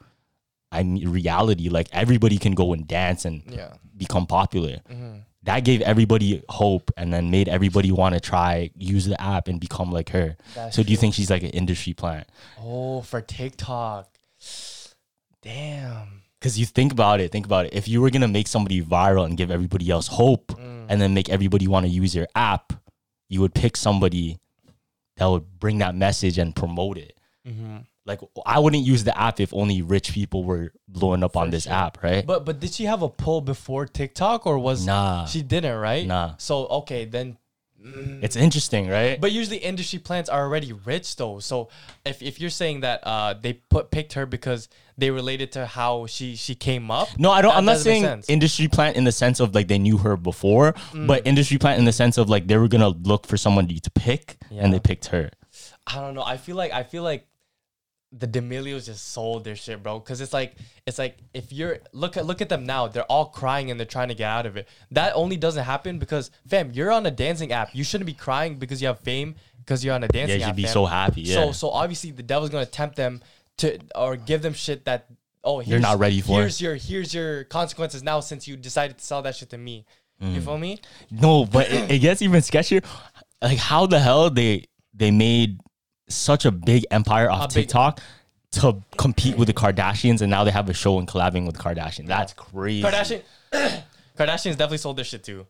B: I mean, reality, like everybody can go and dance and
A: yeah,
B: become popular. That gave everybody hope and then made everybody want to try use the app and become like her. so do you think she's like an industry plant?
A: oh for TikTok, damn,
B: Because you think about it, think about it. If you were gonna make somebody viral and give everybody else hope,
A: Mm.
B: and then make everybody want to use your app, you would pick somebody that would bring that message and promote it.
A: Mm-hmm.
B: Like I wouldn't use the app if only rich people were blowing up on this app, right?
A: but but did she have a pull before TikTok or was
B: Nah.
A: she didn't right
B: Nah.
A: so okay then
B: it's interesting, right?
A: But usually industry plants are already rich though. So if, if you're saying that uh, they put picked her because they related to how she she came up.
B: no, I don't.
A: that
B: I'm not
A: doesn't make
B: saying
A: sense. Mm.
B: industry plant in the sense of like they knew her before, but industry plant in the sense of like they were gonna look for somebody to pick, and they picked her.
A: I don't know. I feel like I feel like the D'Amelios just sold their shit, bro. Cause it's like it's like if you're look at look at them now, they're all crying and they're trying to get out of it. That only doesn't happen because fam, you're on a dancing app. You shouldn't be crying because you have fame because you're on a dancing
B: you'd
A: app.
B: be
A: fam.
B: so happy, yeah.
A: So so obviously the devil's gonna tempt them to or give them shit that oh here's,
B: not ready for it.
A: here's your here's your consequences now since you decided to sell that shit to me.
B: Mm.
A: You feel me?
B: No, but it, it gets even sketchier. Like how the hell they they made such a big empire off
A: A big-
B: TikTok to compete with the Kardashians, and now they have a show and collabing with Kardashian. That's crazy.
A: Kardashian Kardashians definitely sold their shit too.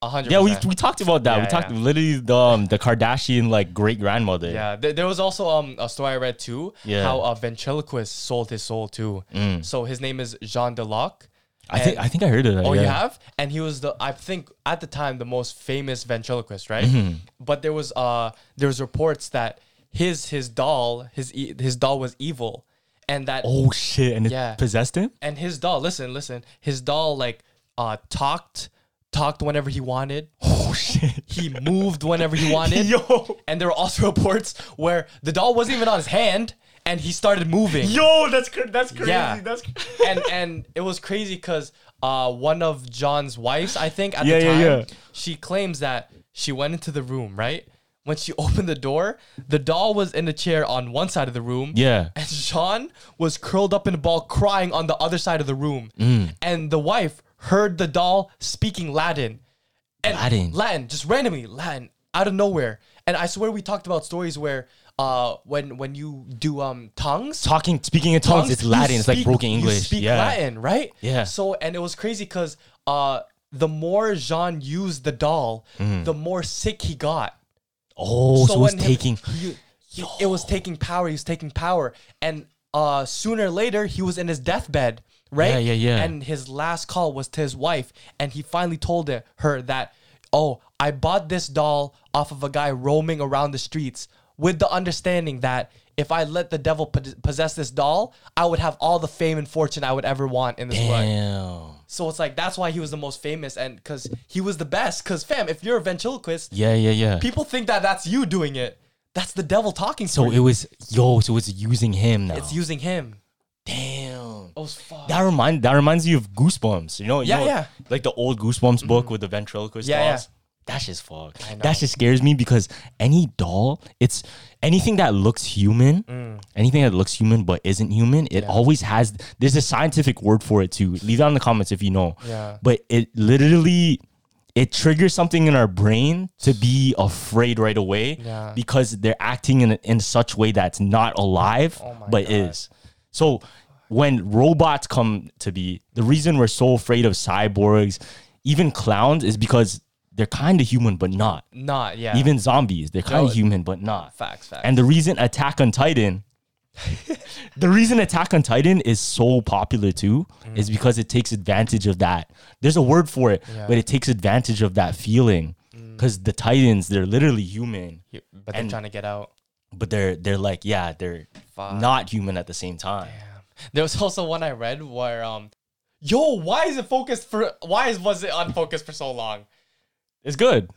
A: A hundred
B: Yeah, we,
A: percent.
B: we talked about that.
A: Yeah,
B: we talked
A: yeah.
B: literally the um, the Kardashian like great grandmother.
A: Yeah, there, there was also um a story I read too.
B: Yeah. Mm.
A: How a ventriloquist sold his soul too. So his name is Jean Deloc.
B: I think
A: and-
B: I think I heard of that.
A: Oh,
B: yeah.
A: you have? And he was the I think at the time the most famous ventriloquist, right?
B: Mm-hmm.
A: But there was uh there was reports that his his doll his e- his doll was evil, and that
B: Oh shit! And
A: Yeah.
B: it possessed him.
A: and his doll listen listen his doll like uh talked talked whenever he wanted
B: Oh shit!
A: he moved whenever he wanted.
B: Yo.
A: And there were also reports where the doll wasn't even on his hand and he started moving.
B: Yo, that's cr- that's crazy.
A: yeah. and and it was crazy because uh, one of John's wives, I think, at
B: Yeah,
A: the
B: yeah,
A: time,
B: yeah.
A: she claims that she went into the room, right? When she opened the door, the doll was in a chair on one side of the room.
B: Yeah.
A: And Sean was curled up in a ball crying on the other side of the room.
B: Mm.
A: And the wife heard the doll speaking Latin. And
B: Latin.
A: Latin, just randomly, Latin, out of nowhere. And I swear we talked about stories where uh when when you do um tongues.
B: talking, speaking in tongues, it's
A: you
B: Latin. it's like
A: speak-
B: broken
A: you
B: English.
A: speak
B: yeah.
A: Latin, right?
B: Yeah.
A: So and it was crazy because uh the more Jean used the doll,
B: Mm-hmm.
A: the more sick he got.
B: Oh, so, it's
A: when him-
B: taking.
A: he- he- it was taking power. He was taking power, and uh, sooner or later he was in his deathbed, right?
B: Yeah, yeah, yeah.
A: And his last call was to his wife, and he finally told it- her that, "Oh, I bought this doll off of a guy roaming around the streets, with the understanding that." If I let the devil po- possess this doll, I would have all the fame and fortune I would ever want in this world.
B: Damn.
A: So it's like that's why he was the most famous, and because he was the best. Because fam, if you're a ventriloquist,
B: Yeah, yeah, yeah.
A: people think that that's you doing it. That's the devil talking.
B: So
A: to
B: it
A: you.
B: was yo. So it's using him now.
A: It's using him.
B: Damn.
A: Oh fuck.
B: That remind that reminds you of Goosebumps. You know. you
A: Yeah,
B: know,
A: yeah. Mm-hmm.
B: Like the old Goosebumps book with the ventriloquist
A: Yeah, yeah.
B: dolls. That shit's fucked. That shit scares me because any doll, it's anything that looks human,
A: Mm.
B: anything that looks human but isn't human, it always has. There's a scientific word for it too. Leave that in the comments if you know.
A: Yeah.
B: But it literally it triggers something in our brain to be afraid right away
A: Yeah.
B: because they're acting in in such way that's not alive but is. So when robots come to be, the reason we're so afraid of cyborgs, even clowns, is because they're kind of human but not.
A: Not yeah.
B: Even zombies, they're kind
A: No,
B: of human but not.
A: facts, facts.
B: And the reason Attack on Titan, the reason Attack on Titan is so popular too,
A: Mm.
B: is because it takes advantage of that. There's a word for it, but it takes advantage of that feeling.
A: Mm.
B: Because the Titans, they're literally human,
A: You- but they're
B: and-
A: trying to get out.
B: but they're they're like yeah, they're not human at the same time.
A: There was also one I read where um, yo, why is it focused for? Why is was it unfocused for so long?
B: It's good.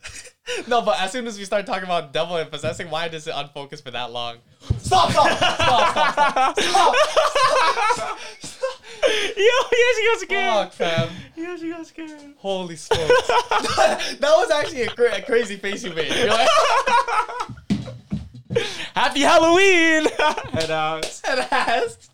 A: No, but as soon as we start talking about devil and possessing, why does it unfocus for that long? Stop! Stop! Stop! Stop! Stop! stop, stop, stop.
B: Yo, yeah, she got
A: Fuck, fam.
B: Yeah, she got scared.
A: Holy smokes! that was actually a, cra- a crazy face you made. You're like,
B: Happy Halloween.
A: head out, head ass.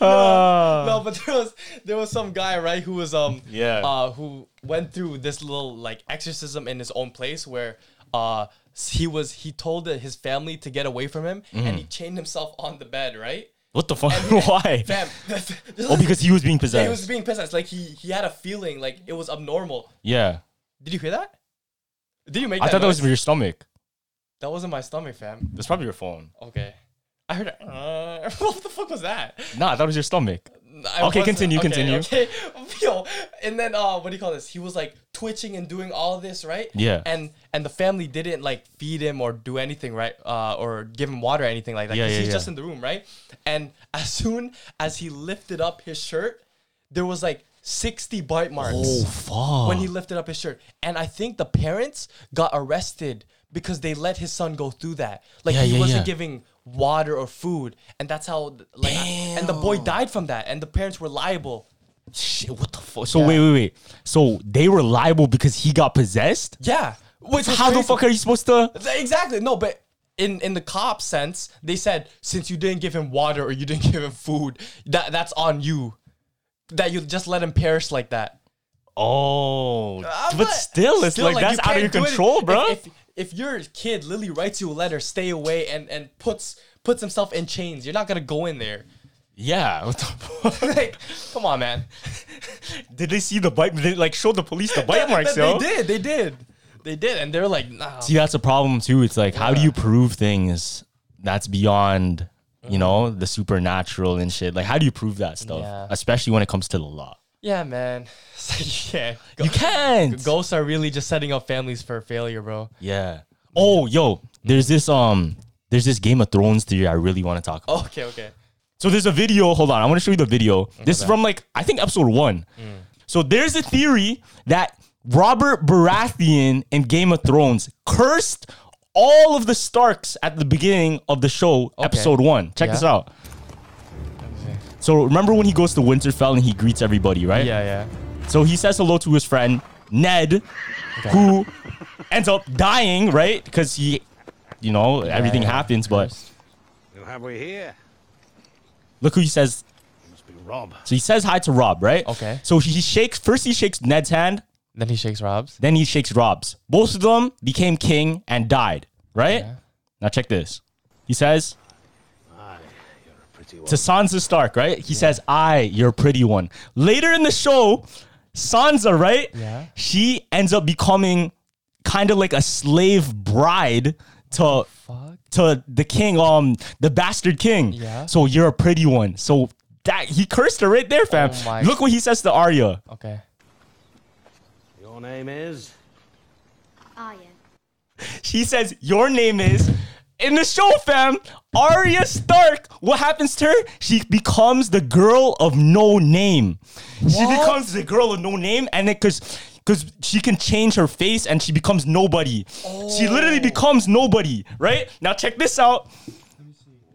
B: Uh,
A: no, but there was there was some guy right who was um
B: Yeah.
A: uh who went through this little like exorcism in his own place where uh he was he told his family to get away from him
B: Mm-hmm.
A: and he chained himself on the bed right.
B: What the fuck? Why?
A: Fam, this is-
B: Oh, because he was being possessed.
A: he was being possessed. Like he he had a feeling like it was abnormal.
B: yeah,
A: Did you hear that? Did you make?
B: I
A: that
B: thought that was
A: noise?
B: your stomach.
A: that wasn't my stomach, fam.
B: That's probably your phone.
A: Okay. I heard. a, Uh, what the fuck was that?
B: Nah, that was your stomach.
A: I
B: Okay,
A: wasn't-
B: continue, continue.
A: Okay, yo, and then uh, what do you call this? He was like twitching and doing all this, right?
B: Yeah.
A: And and the family didn't like feed him or do anything, right? Uh, or give him water or anything like that.
B: Yeah,
A: 'cause
B: yeah,
A: he's
B: yeah.
A: just in the room, right? And as soon as he lifted up his shirt, there was like sixty bite marks
B: fuck.
A: when he lifted up his shirt. And I think the parents got arrested because they let his son go through that. Like
B: Yeah,
A: he
B: yeah,
A: wasn't
B: yeah.
A: giving water or food, and that's how like I- and the boy died from that, and the parents were liable.
B: Shit, what the fuck? So wait, wait, wait. So they were liable because he got possessed?
A: Yeah. Which was
B: How the
A: crazy.
B: fuck are you supposed to?
A: Exactly. No, but in in the cop sense, they said since you didn't give him water or you didn't give him food, that that's on you. That you just let him perish like that.
B: Oh,
A: Uh,
B: but still, it's like,
A: you
B: that's out of your
A: can't do it.
B: control,
A: If-
B: bro.
A: If, if your kid literally writes you a letter, stay away, and and puts puts himself in chains, you're not gonna go in there.
B: yeah. What the fuck?
A: like, come on, man.
B: did they see the bite? Did they like show the police the bite marks,
A: they
B: yo?
A: did, they did, they did, and they're like, nah.
B: See, that's a problem too. It's like, how do you prove things that's beyond, you know, the supernatural and shit? Like, how do you prove that stuff?
A: Yeah.
B: Especially when it comes to the law.
A: Yeah, man. It's like, yeah, go-
B: You can't.
A: Ghosts are really just setting up families for failure, bro.
B: Yeah. Oh, yo, there's this um, there's this Game of Thrones theory I really want to talk about.
A: Okay, okay.
B: So there's a video. Hold on, I want to show you the video. This is from like I think episode one.
A: Mm.
B: So there's a theory that Robert Baratheon in Game of Thrones cursed all of the Starks at the beginning of the show, episode one. Check this
A: Yeah.
B: out. So remember when he goes to Winterfell and he greets everybody, right?
A: Yeah, yeah.
B: So he says hello to his friend Ned, who ends up dying, right? Because he, you know, everything
A: yeah,
B: happens. But
E: Who have we here?
B: look who he says.
E: Must be Rob.
B: So he says hi to Rob, right?
A: Okay.
B: So he shakes. First, he shakes Ned's hand.
A: Then he shakes Rob's.
B: Then he shakes Rob's. Both of them became king and died, right? Now check this. He says
E: Aye, you're a pretty one.
B: to Sansa Stark, right? He says, "I, you're a pretty one." Later in the show, Sansa, right?
A: Yeah.
B: She ends up becoming kind of like a slave bride to
A: Fuck.
B: to the king, um, the bastard king.
A: Yeah.
B: So you're a pretty one. So that he cursed her right there, fam.
A: Oh my-
B: Look what he says to Arya.
A: Okay.
E: Your name is?
F: Aya.
B: She says, "Your name is." In the show, fam, Arya Stark. What happens to her? She becomes the girl of no name. She becomes the girl of no name, and it because because she can change her face and she becomes nobody. She literally becomes nobody. Right now, check this out.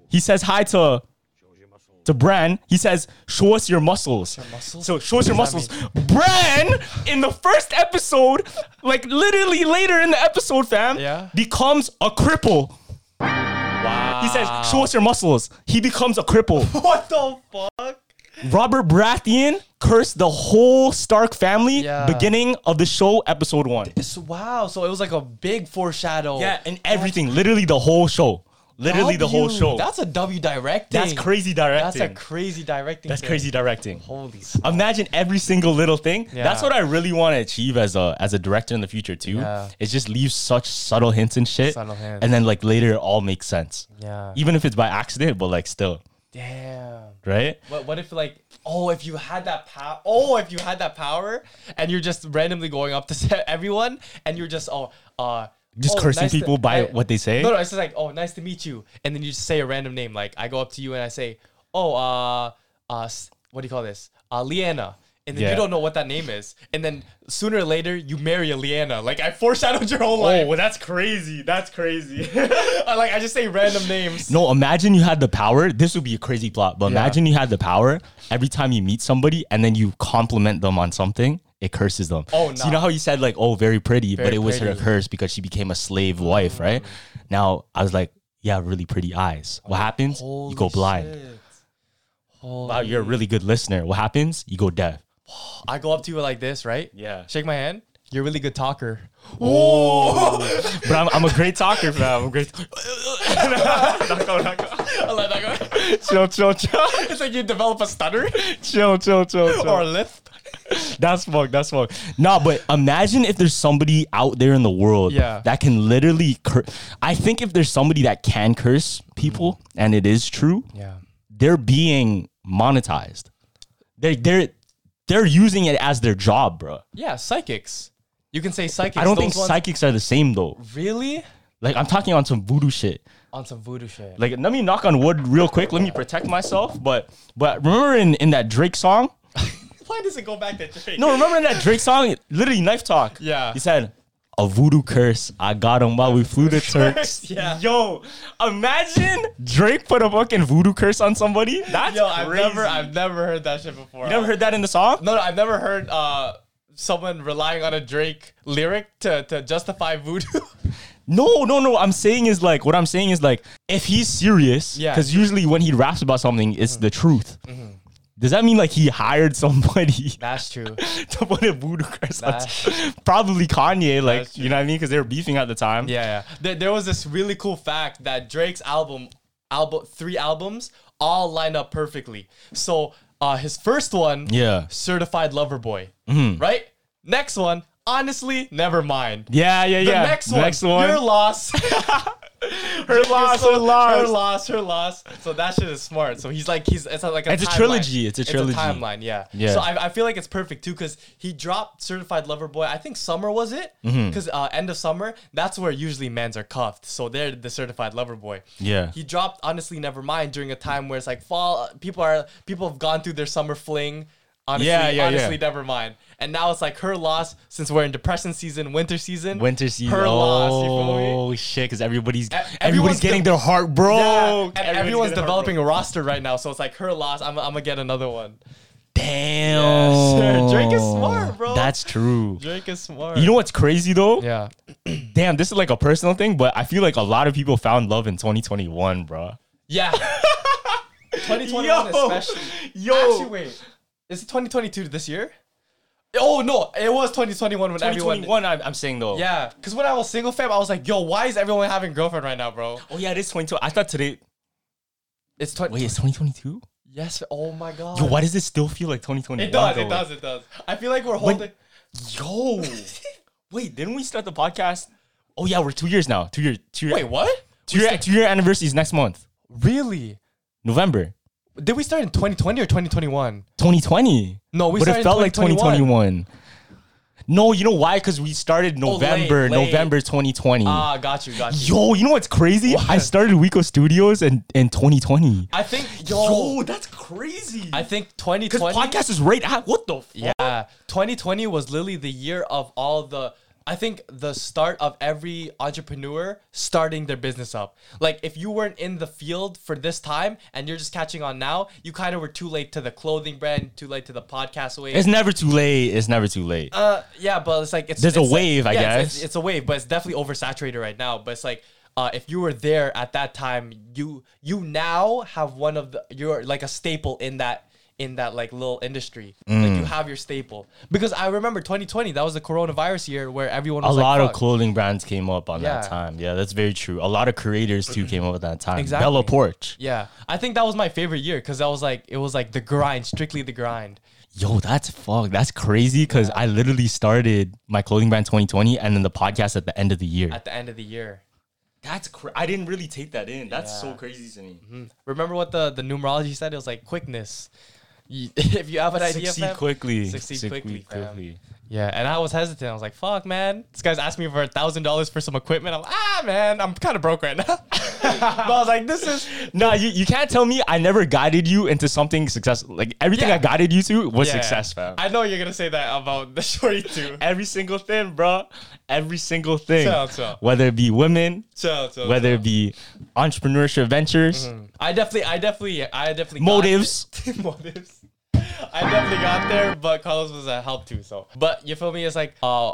B: He says hi to to Bran. He says, "Show us your muscles." So show us your muscles. Bran in the first episode, like literally later in the episode, fam,
A: Yeah.
B: becomes a cripple.
A: Wow. Ah.
B: He says, "Show us your muscles." He becomes a cripple.
A: what the fuck?
B: Robert Baratheon cursed the whole Stark family
A: Yeah.
B: beginning of the show, episode one.
A: So, wow. So it was like a big foreshadow.
B: Yeah, and everything, literally the whole show. Literally the whole
A: W.
B: show.
A: That's a W directing.
B: That's crazy
A: That's a
B: directing.
A: crazy directing.
B: That's
A: thing.
B: crazy directing.
A: Holy. s-
B: Imagine every single little thing.
A: Yeah.
B: That's what I really want to achieve as a as a director in the future too.
A: Yeah.
B: Is just leave such subtle hints and shit,
A: Subtle hints.
B: and then like later it all makes sense.
A: Yeah.
B: Even if it's by accident, but like still,
A: Damn.
B: right?
A: What, what if like oh if you had that power oh if you had that power and you're just randomly going up to se- everyone and you're just oh uh
B: Just
A: oh,
B: cursing
A: to-
B: people by
A: I-
B: what they say?
A: no no it's just like oh nice to meet you and then you just say a random name like I go up to you and I say oh uh uh s- what do you call this uh Leanna and then
B: Yeah.
A: you don't know what that name is and then sooner or later you marry a Leanna like I foreshadowed your whole life
B: Oh, well, that's crazy. That's crazy.
A: I, like I just say random names
B: no, imagine you had the power. This would be a crazy plot, but imagine you had the power. Every time you meet somebody, and then you compliment them on something. It curses them.
A: Oh,
B: So you know
A: nah.
B: how you said like, "Oh, very pretty," but
A: Very
B: it was her
A: pretty.
B: curse because she became a slave wife, right? Now I was like, "Yeah, really pretty eyes." What happens? you go blind. Wow, you're a really good listener. What happens? You go deaf.
A: I go up to you like this right
B: Yeah.
A: shake my hand you're a really good talker
B: But I'm, I'm a great talker, fam. I'm a great.
A: chill, chill, chill. It's like you develop a stutter
B: chill, chill, chill, chill.
A: or a lift.
B: That's fucked. That's fucked. Nah, but imagine if there's somebody out there in the world
A: Yeah.
B: that can literally curse. I think if there's somebody that can curse people, and it is true,
A: Mm-hmm. Yeah.
B: they're being monetized. They're they're they're using it as their job, bro.
A: Yeah, psychics. You can say psychics.
B: I don't
A: Those
B: think
A: ones-
B: psychics are the same though.
A: really
B: Like I'm talking on some voodoo shit.
A: on some voodoo shit.
B: Like let me knock on wood real quick. Let me protect myself. But but remember in in that Drake song.
A: Why does it go back to Drake?
B: No, remember in that Drake song, literally knife talk.
A: Yeah.
B: he said a voodoo curse. I got him while we flew the Turks.
A: Yeah.
B: yo, imagine Drake put a fucking voodoo curse on somebody. That's
A: yo, I've
B: crazy.
A: never, I've never heard that shit before.
B: you never heard that in the song.
A: No, no, I've never heard uh someone relying on a Drake lyric to to justify voodoo.
B: No, no, no. I'm saying is like what I'm saying is like if he's serious,
A: Yeah. Mm-hmm.
B: Because usually when he raps about something, it's the truth. Does that mean like he hired somebody
A: That's true.
B: to put a voodoo curse? on-
A: That's-
B: Probably Kanye, like
A: That's
B: you know what I mean? Because they were beefing at the time.
A: Yeah, yeah. There, there was this really cool fact that Drake's album, album three albums, all line up perfectly. So uh, his first one,
B: Yeah. Mm-hmm.
A: Certified Lover Boy, right? Next one, honestly, never mind.
B: yeah, yeah,
A: The
B: yeah.
A: next one,
B: next one.
A: your loss. Her
B: loss, her
A: her
B: loss.
A: loss, her loss. So that shit is smart. So he's like, he's it's like a
B: It's a
A: timeline.
B: trilogy, it's a trilogy.
A: timeline, yeah.
B: Yeah.
A: So I, I feel like it's perfect too because he dropped Certified Lover Boy. I think summer was it
B: Mm-hmm.
A: because uh, end of summer. That's where usually men's are cuffed. So they're the Certified Lover Boy.
B: Yeah.
A: He dropped honestly never mind during a time where it's like fall. People are people have gone through their summer fling. Honestly,
B: Yeah, yeah, yeah.
A: honestly, never mind. And now it's like her loss since we're in depression season, winter season.
B: Winter season.
A: Her
B: oh,
A: loss. You feel me? E-,
B: shit, because everybody's everybody's,
A: everyone's
B: getting
A: de-
B: their heart broke.
A: Yeah, and Oh, everyone's
B: getting their heart
A: developing a roster right now, so it's like her loss. I'm, I'm gonna get another one.
B: broke. Damn.
A: Yeah, sure. Drake is smart, bro.
B: That's true.
A: Drake is smart.
B: You know what's crazy though?
A: Yeah.
B: Damn, this is like a personal thing, but I feel like a lot of people found love in 2021, bro.
A: Yeah. 2021
B: Yo.
A: especially.
B: Yo.
A: Actually, wait. Is it 2022 this year? Oh no, it was 2021 when everyone.
B: 2021, I'm, I'm saying though.
A: Yeah, because when I was single fam, I was like, yo, why is everyone having girlfriend right now, bro?
B: Oh yeah, this 22. I thought today.
A: It's 20.
B: Wait, it's 2022.
A: Yes. Oh my god.
B: Yo, why does it still feel like 2021?
A: It does.
B: though?
A: It does. It does. I feel like we're holding.
B: Yo, wait, didn't we start the podcast? Oh yeah, we're two years now. Two year, two year.
A: Wait, what?
B: Two year, two year anniversary is next month,
A: Really?
B: November
A: Did we start in 2020 or 2021?
B: 2020.
A: No, we
B: but
A: started
B: it
A: in
B: felt like
A: 2021.
B: 2021. No, you know why? Because we started
A: late,
B: November,
A: late.
B: November 2020.
A: Ah, got you, got you.
B: Yo, you know what's crazy? I started Wico Studios in, in 2020.
A: I think yo,
B: that's crazy.
A: I think
B: Because
A: 2020.
B: podcast is right at what the fuck?
A: yeah, 2020 was literally the year of all the. I think the start of every entrepreneur starting their business up. Like if you weren't in the field for this time and you're just catching on now, you kind of were too late to the clothing brand, too late to the podcast wave.
B: It's never too late. It's never too late.
A: Uh, yeah, but it's like it's
B: There's a
A: it's like-
B: wave, I
A: yeah, it's-
B: guess.
A: It's, it's a wave, but it's definitely oversaturated right now. But it's like, uh, if you were there at that time, you you now have one of the you're like a staple in that in that like little industry. Like you
B: Mm.
A: have your staple. Because I remember 2020, that was the coronavirus year where everyone
B: a
A: was
B: lot
A: like,
B: of
A: "Fuck."
B: clothing brands came up on
A: Yeah.
B: that time. Yeah, that's very true. A lot of creators too came up at that time.
A: Exactly.
B: Bella Porch.
A: Yeah, I think that was my favorite year because that was like it was like the grind, strictly the grind.
B: Yo, that's fuck. That's crazy because I literally started my clothing brand 2020 and then the podcast at the end of the year.
A: At the end of the year,
B: That's cra- I didn't really take that in. That's so crazy to me.
A: Mm-hmm. remember what the the numerology said? It was like quickness. You, if you have an idea,
B: Succeed
A: fam,
B: quickly.
A: Succeed, quickly, quickly. Yeah, and I was hesitant. I was like, "Fuck, man, this guy's asking me for a thousand dollars for some equipment." I'm like, ah, man, I'm kind of broke right now. but I was like, "This is
B: No, you, you can't tell me I never guided you into something successful. Like everything
A: Yeah.
B: I guided you to was
A: Yeah.
B: success, fam.
A: I know you're gonna say that about the shorty too.
B: Every single thing, bro. Every single thing.
A: Tell, tell.
B: Whether it be women,
A: So, so,
B: whether it be entrepreneurship ventures,
A: I definitely, I definitely, I definitely got
B: motives.
A: there. motives. I definitely got there, but Carlos was a help too. So, but you feel me? It's like, uh,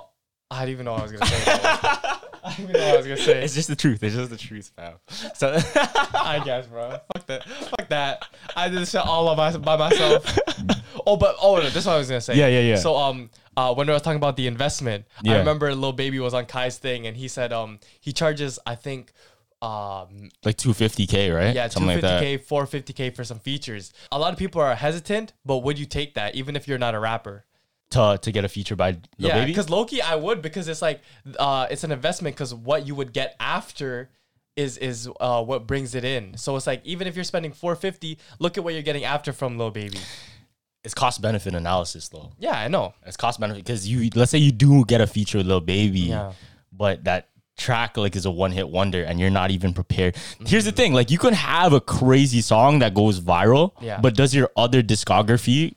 A: I didn't even know what I was gonna say. I didn't even know what I was gonna say.
B: It's just the truth. It's just the truth, fam. So
A: I guess, bro. Fuck that. Fuck that. I did this shit all on my, by myself. oh, but oh, no, this is what I was gonna say.
B: Yeah, yeah, yeah.
A: So um, uh, when I was talking about the investment, I
B: Yeah.
A: remember Lil Baby was on Kai's thing, and he said um, he charges I think um
B: like 250k, right?
A: yeah, two
B: Something like
A: fifty
B: that.
A: k, four fifty k for some features. A lot of people are hesitant, but would you take that even if you're not a rapper?
B: To to get a feature by the
A: yeah,
B: baby.
A: because Loki, I would because it's like uh, it's an investment because what you would get after is is uh, what brings it in. So it's like even if you're spending four fifty, look at what you're getting after from Lil Baby.
B: It's cost benefit analysis though.
A: Yeah, I know.
B: It's cost benefit because you let's say you do get a feature with Lil Baby,
A: Yeah.
B: but that track like is a one hit wonder and you're not even prepared.
A: Mm-hmm.
B: Here's the thing: like you can have a crazy song that goes viral,
A: Yeah.
B: but does your other discography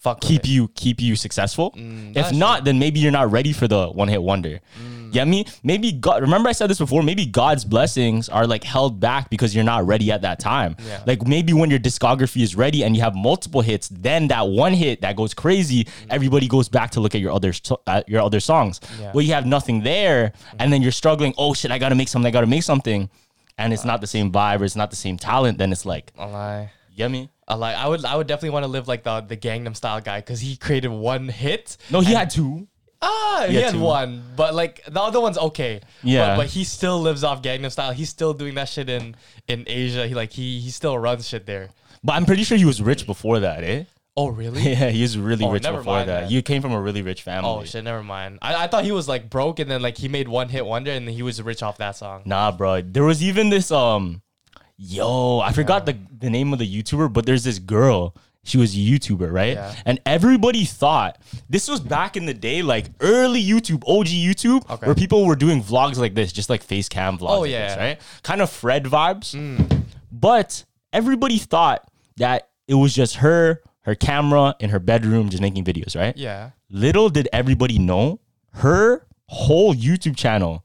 A: Fuck with
B: keep
A: it.
B: you keep you successful?
A: Mm,
B: if not, then maybe you're not ready for the one hit wonder.
A: Mm.
B: Get me? Maybe God. Remember I said this before. Maybe God's blessings are like held back because you're not ready at that time.
A: Yeah.
B: Like maybe when your discography is ready and you have multiple hits, then that one hit that goes crazy,
A: Mm.
B: everybody goes back to look at your other so- uh, your other songs.
A: Yeah.
B: Well, you have nothing there, and then you're struggling. Oh shit! I gotta make something. I gotta make something. And it's not the same vibe or it's not the same talent, then it's like,
A: A lie.
B: you get me?
A: A lie. I would I would definitely want to live like the the Gangnam Style guy because he created one hit.
B: No, he had two.
A: Ah, he
B: Yeah,
A: had
B: two.
A: one, but like the other one's okay. but,
B: Yeah.
A: but he still lives off Gangnam Style. He's still doing that shit in in Asia. He like he he still runs shit there.
B: But I'm pretty sure he was rich before that, eh?
A: Oh really?
B: Yeah, he was really
A: Oh,
B: rich
A: never
B: before
A: mind
B: that.
A: then.
B: You came from a really rich family.
A: Oh shit, never mind. I, I thought he was like broke and then like he made one hit wonder and he was rich off that song.
B: Nah, bro. There was even this um yo, I forgot the, the name of the YouTuber, but there's this girl. She was a YouTuber, right?
A: Yeah.
B: And everybody thought this was back in the day, like early YouTube, OG YouTube,
A: Okay.
B: where people were doing vlogs like this, just like face cam vlogs.
A: Oh,
B: like
A: yeah. Hmm.
B: this, right? Kind of Fred vibes. But everybody thought that it was just her, her camera, in her bedroom, just making videos, right?
A: Yeah.
B: little did everybody know her whole YouTube channel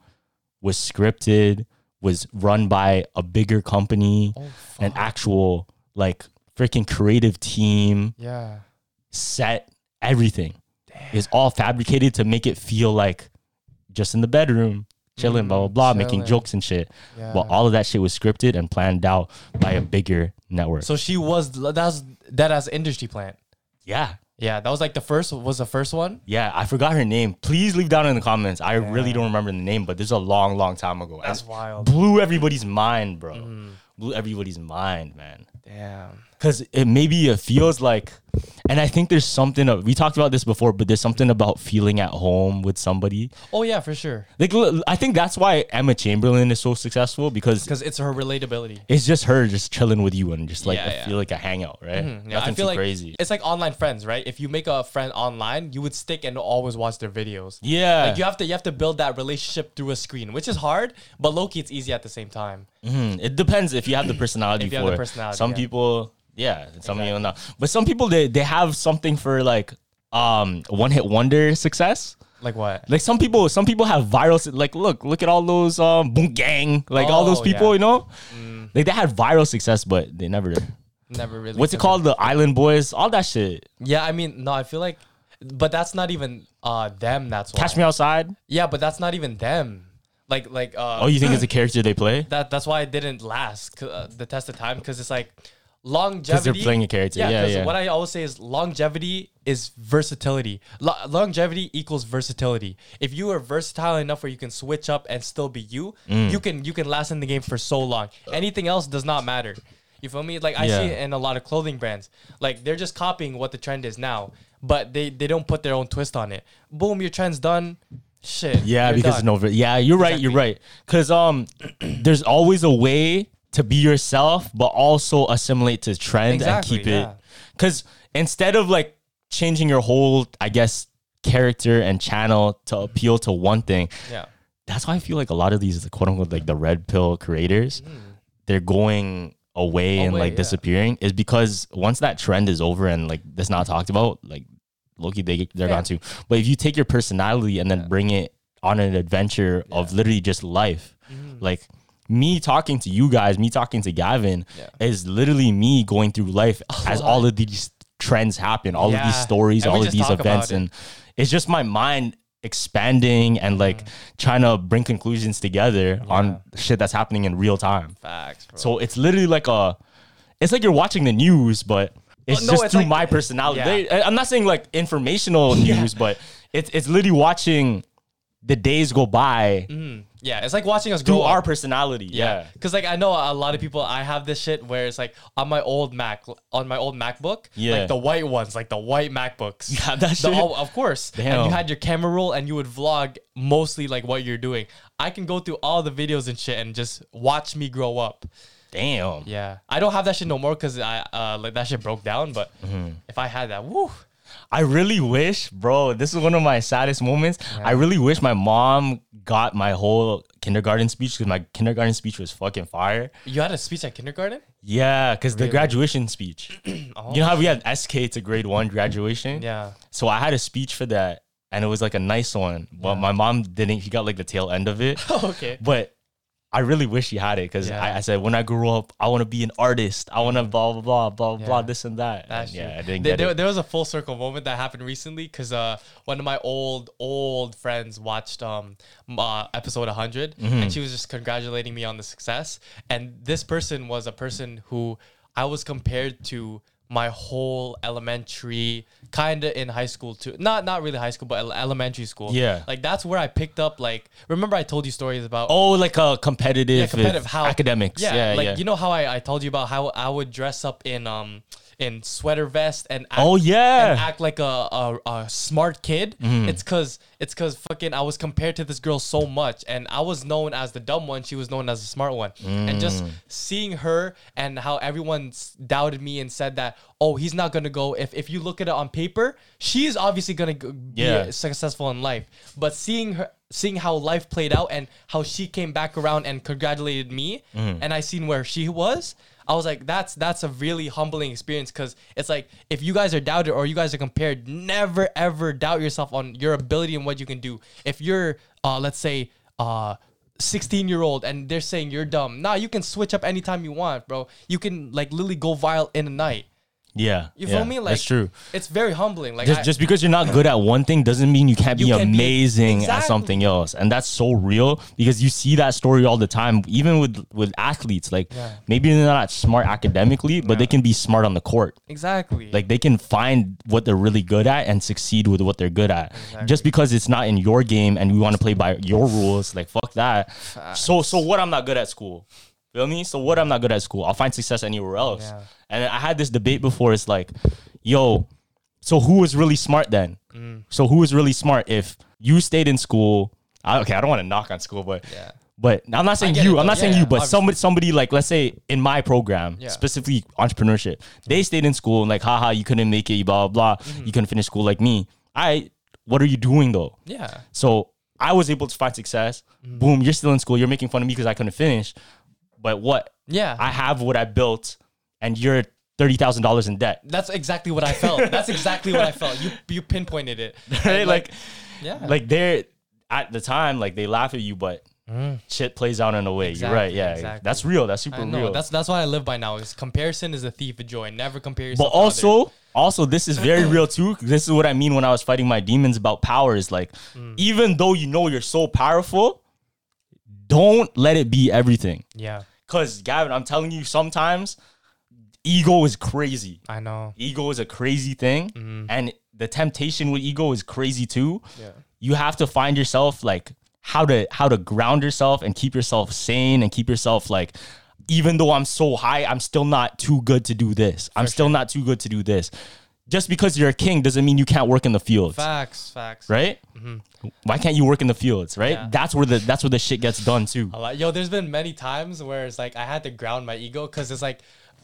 B: was scripted, was run by a bigger company,
A: Oh,
B: an actual like freaking creative team,
A: Yeah.
B: set, everything is all fabricated to make it feel like just in the bedroom, chilling, blah, blah, blah, making
A: Mm, chilling.
B: jokes and shit. But
A: Yeah.
B: all of that shit was scripted and planned out by a bigger network.
A: So she was that's that as industry plant.
B: yeah.
A: Yeah, that was like the first was the first one.
B: Yeah, I forgot her name. Please leave down in the comments. I really don't remember the name, but this is a long, long time ago.
A: That's
B: And
A: wild. Mm.
B: Blew everybody's mind, bro. Blew everybody's mind, man.
A: Damn.
B: Because it maybe it feels like, and I think there's something of, we talked about this before, but there's something about feeling at home with somebody.
A: Oh yeah, for sure.
B: Like, l- I think that's why Emma Chamberlain is so successful because
A: Because it's her relatability.
B: it's just her just chilling with you and just like,
A: Yeah,
B: I
A: yeah.
B: feel like a hangout, right?
A: Yeah,
B: Nothing
A: I feel
B: too
A: like
B: crazy.
A: it's like online friends, right? If you make a friend online, you would stick and always watch their videos.
B: Yeah.
A: Like you have to you have to build that relationship through a screen, which is hard, but low key it's easy at the same time.
B: It depends if you have the personality
A: If
B: for
A: you have the
B: it.
A: personality,
B: some
A: yeah.
B: people, yeah, some people not. But some people they they have something for like um one hit wonder success.
A: Like what?
B: Like some people, some people have viral. su- Like look, look at all those um boom gang, like all those
A: Oh,
B: people,
A: yeah. Mm.
B: you know, like they had viral success, but they never.
A: Never really.
B: What's it
A: took
B: called? The Island Boys, all that shit.
A: Yeah, I mean, no, I feel like, but that's not even uh them. That's why.
B: Catch me outside.
A: Yeah, but that's not even them. Like, like uh,
B: Oh, you think it's a character they play?
A: that. That's why it didn't last c- uh, the test of time because it's like longevity.
B: they're playing a character. Yeah,
A: because
B: yeah.
A: What I always say is longevity is versatility. Lo- longevity equals versatility. If you are versatile enough where you can switch up and still be you,
B: Mm.
A: you can you can last in the game for so long. Anything else does not matter. You feel me? Like I
B: Yeah.
A: see it in a lot of clothing brands. Like they're just copying what the trend is now, but they they don't put their own twist on it. Boom, your trend's done. Shit.
B: Yeah,
A: you're
B: because it's
A: done.
B: an over. Yeah, you're right. You're right. Because um, there's always a way to be yourself, but also assimilate to trend
A: Exactly,
B: and keep
A: yeah.
B: it. Because instead of like changing your whole, I guess, character and channel to appeal to one thing,
A: Yeah.
B: that's why I feel like a lot of these quote unquote like the red pill creators, they're going away, and
A: Mm. Away,
B: like
A: yeah.
B: disappearing is because once that trend is over and like that's not talked about, like Loki, they they're gone too. But if you take your personality and then bring it on an adventure of literally just life,
A: Mm-hmm.
B: like me talking to you guys, me talking to Gavin is literally me going through life as all of these trends happen, all of these
A: Yeah.
B: stories,
A: And we
B: all of
A: just
B: these
A: talk about
B: events,
A: it.
B: and it's just my mind expanding and like
A: Mm-hmm.
B: trying to bring conclusions together on shit that's happening in real time.
A: Facts, bro.
B: So it's literally like a, it's like you're watching the news, but
A: Well,
B: it's
A: Oh, no,
B: just
A: it's
B: through
A: like-
B: my personality.
A: Yeah.
B: They- I- I'm not saying like informational news, but it's it's literally watching the days go by
A: Mm. Yeah, it's like watching us
B: through
A: grow up.
B: our personality. Yeah.
A: Cause like I know a lot of people I have this shit where it's like on my old Mac on my old MacBook,
B: Yeah.
A: like the white ones, like the white MacBooks.
B: Yeah, that
A: The-
B: shit.
A: oh, of course. And
B: Damn.
A: you had your camera roll and you would vlog mostly like what you're doing. I can go through all the videos and shit and just watch me grow up.
B: Damn.
A: Yeah. I don't have that shit no more because I uh like that shit broke down, but
B: Mm-hmm.
A: if I had that, woo.
B: I really wish, bro, this is one of my saddest moments. I really wish my mom got my whole kindergarten speech because my kindergarten speech was fucking fire.
A: You had a speech at kindergarten?
B: Yeah, because the graduation speech. You know how we had SK to grade one graduation?
A: Oh. Yeah.
B: So I had a speech for that and it was like a nice one, but my mom didn't. He got like the tail end of it.
A: Oh, okay.
B: But I really wish he had it because
A: Yeah. Mm-hmm.
B: I, I said, when I grew up, I want to be an artist. I want to blah, blah, blah, blah, blah, this and that. And
A: That's
B: yeah,
A: true.
B: I didn't
A: there,
B: get
A: there,
B: it.
A: there was a full circle moment that happened recently because uh, one of my old old friends watched um m- uh, episode 100
B: Mm-hmm.
A: and she was just congratulating me on the success. And this person was a person who I was compared to my whole elementary, kinda in high school too. Not not really high school, but ele- elementary school.
B: Yeah.
A: like that's where I picked up. Like, remember I told you stories about
B: Oh, like a competitive,
A: yeah, competitive
B: with
A: how
B: academics. Yeah, yeah.
A: like you know how I, I told you about how I would dress up in um in sweater vest and act,
B: Oh, yeah. Mm-hmm.
A: and act like a a, a smart kid. It's cause it's cause fucking I was compared to this girl so much, and I was known as the dumb one. She was known as the smart one, and
B: Mm.
A: just seeing her and how everyone s- doubted me and said that oh he's not gonna go if if you look at it on paper she's obviously gonna g- be
B: Yeah.
A: successful in life. But seeing her, seeing how life played out and how she came back around and congratulated me,
B: Mm-hmm.
A: and I seen where she was, I was like, that's that's a really humbling experience because it's like if you guys are doubted or you guys are compared, never ever doubt yourself on your ability and what you can do. If you're, uh, let's say, uh. 16 year old and they're saying you're dumb. Nah, you can switch up anytime you want, bro. You can like literally go viral in a night.
B: yeah.
A: You
B: yeah,
A: feel me? Like
B: that's true.
A: It's very humbling. Like
B: just,
A: I-
B: just because you're not good at one thing doesn't mean you can't be
A: You can be-
B: amazing at
A: Exactly.
B: something else and that's so real because you see that story all the time even with with athletes like maybe they're not smart academically but they can be smart on the court
A: exactly
B: like they can find what they're really good at and succeed with what they're good at just because it's not in your game and we want to play by your rules like fuck that so so what i'm not good at school feel me so what i'm not good at school i'll find success anywhere else and i had this debate before it's like yo so who was really smart then
A: Mm.
B: so who was really smart if you stayed in school I, okay i don't want to knock on school but but i'm not saying
A: get
B: you
A: it
B: i'm
A: though.
B: not saying
A: Yeah,
B: you but
A: obviously.
B: somebody somebody like let's say in my program specifically entrepreneurship they stayed in school and like haha you couldn't make it blah blah blah
A: Mm-hmm.
B: you couldn't finish school like me i what are you doing though
A: yeah. Mm-hmm.
B: so i was able to find success boom you're still in school you're making fun of me because i couldn't finish but what
A: Yeah.
B: i have what i built and you're $30000 in debt
A: That's exactly what I felt. That's exactly what I felt. You you pinpointed it.
B: right
A: And,
B: like
A: yeah.
B: like they're at the time like they laugh at you but shit plays out in a way
A: Exactly,
B: you're right yeah
A: Mm. exactly.
B: that's real that's super
A: I know.
B: real
A: That's that's what I live by now. Is comparison is a thief of joy. Never compare yourself.
B: but
A: to others.
B: also also this is very real too this is what i mean when i was fighting my demons about power is like even though you know you're so powerful don't let it be everything
A: yeah,
B: because gavin i'm telling you sometimes ego is crazy.
A: I know.
B: Ego is a crazy thing, and the temptation with ego is crazy too. You have to find yourself like how to how to ground yourself and keep yourself sane and keep yourself like even though I'm so high, I'm still not too good to do this. I'm still not too good to do this. Just because you're a king doesn't mean you can't work in the fields
A: Facts, facts.
B: right? Why can't you work in the fields, right? That's where the that's where the shit gets done too.
A: A lot. Yo, there's been many times where it's like I had to ground my ego because it's like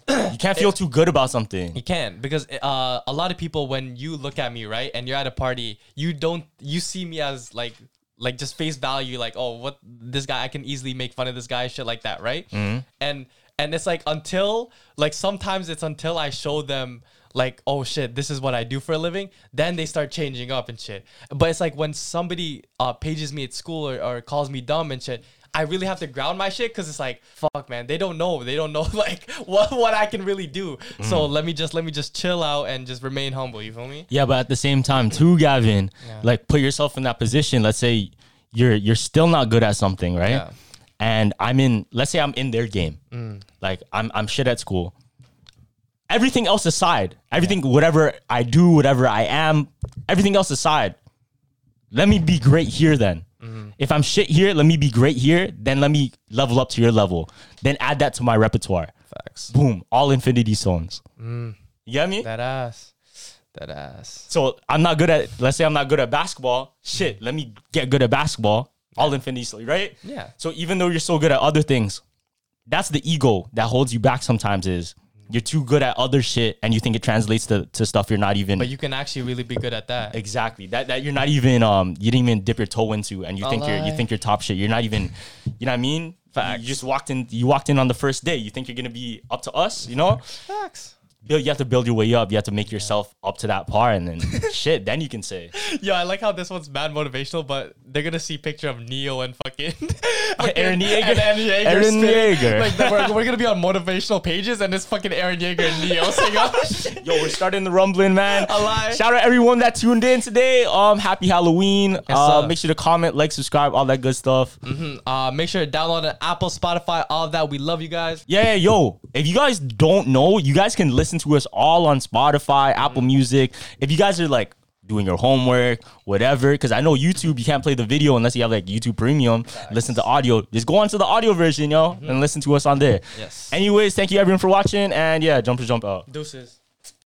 B: You can't feel too good about something.
A: You can because uh, a lot of people when you look at me right and you're at a party, you don't you see me as like like just face value like oh what this guy I can easily make fun of this guy shit like that right and and it's like until like sometimes it's until I show them like oh shit this is what I do for a living then they start changing up and shit but it's like when somebody uh, pages me at school or, or calls me dumb and shit. I really have to ground my shit because it's like, fuck, man, they don't know, they don't know like what what I can really do. So let me just let me just chill out and just remain humble. You feel me?
B: Yeah, but at the same time too, Gavin, like put yourself in that position. Let's say you're you're still not good at something, right?
A: Yeah. Mm.
B: And I'm in let's say I'm in their game. Like I'm I'm shit at school. Everything else aside, everything whatever I do, whatever I am, everything else aside, let me be great here then.
A: Mm-hmm.
B: If I'm shit here, let me be great here. Then let me level up to your level. Then add that to my repertoire.
A: Facts. Mm.
B: Boom, all infinity stones. You get me?
A: That ass. That ass.
B: so I'm not good at, let's say I'm not good at basketball. Shit, let me get good at basketball. All infinity stones, right?
A: Yeah.
B: So even though you're so good at other things, that's the ego that holds you back sometimes is you're too good at other shit and you think it translates to, to stuff you're not even.
A: But you can actually really be good at that.
B: Exactly. That that you're not even um you didn't even dip your toe into and you think you're you think you're top shit. You're not even you know what I mean? You just walked in you walked in on the first day. You think you're gonna be up to us, you know?
A: Facts.
B: Build you have to build your way up. You have to make yourself up to that par and then shit, then you can say.
A: Yo, I like how this one's mad motivational, but they're gonna see picture of Neo and fucking fucking-
B: Aaron Yeager.
A: and Aaron Yeager.
B: Aaron
A: spitting.
B: Yeager.
A: Like we're, we're gonna be on motivational pages, and it's fucking Aaron Yeager and Neo saying, "Oh shit."
B: Yo, we're starting the rumbling, man.
A: Alive.
B: Shout out everyone that tuned in today. Um, happy Halloween. uh,
A: sir.
B: make sure to comment, like, subscribe, all that good stuff.
A: Uh, make sure to download on Apple, Spotify, all of that. We love you guys.
B: Yeah, yo, if you guys don't know, you guys can listen to us all on Spotify,
A: Mm-hmm.
B: Apple Music. If you guys are like doing your homework, whatever, because I know YouTube, you can't play the video unless you have like YouTube Premium. Listen to audio. Just go onto the audio version, yo, and listen to us on there.
A: Mm-hmm. Yes.
B: Anyways, thank you everyone for watching. And yeah, jump to jump out.
A: Deuces.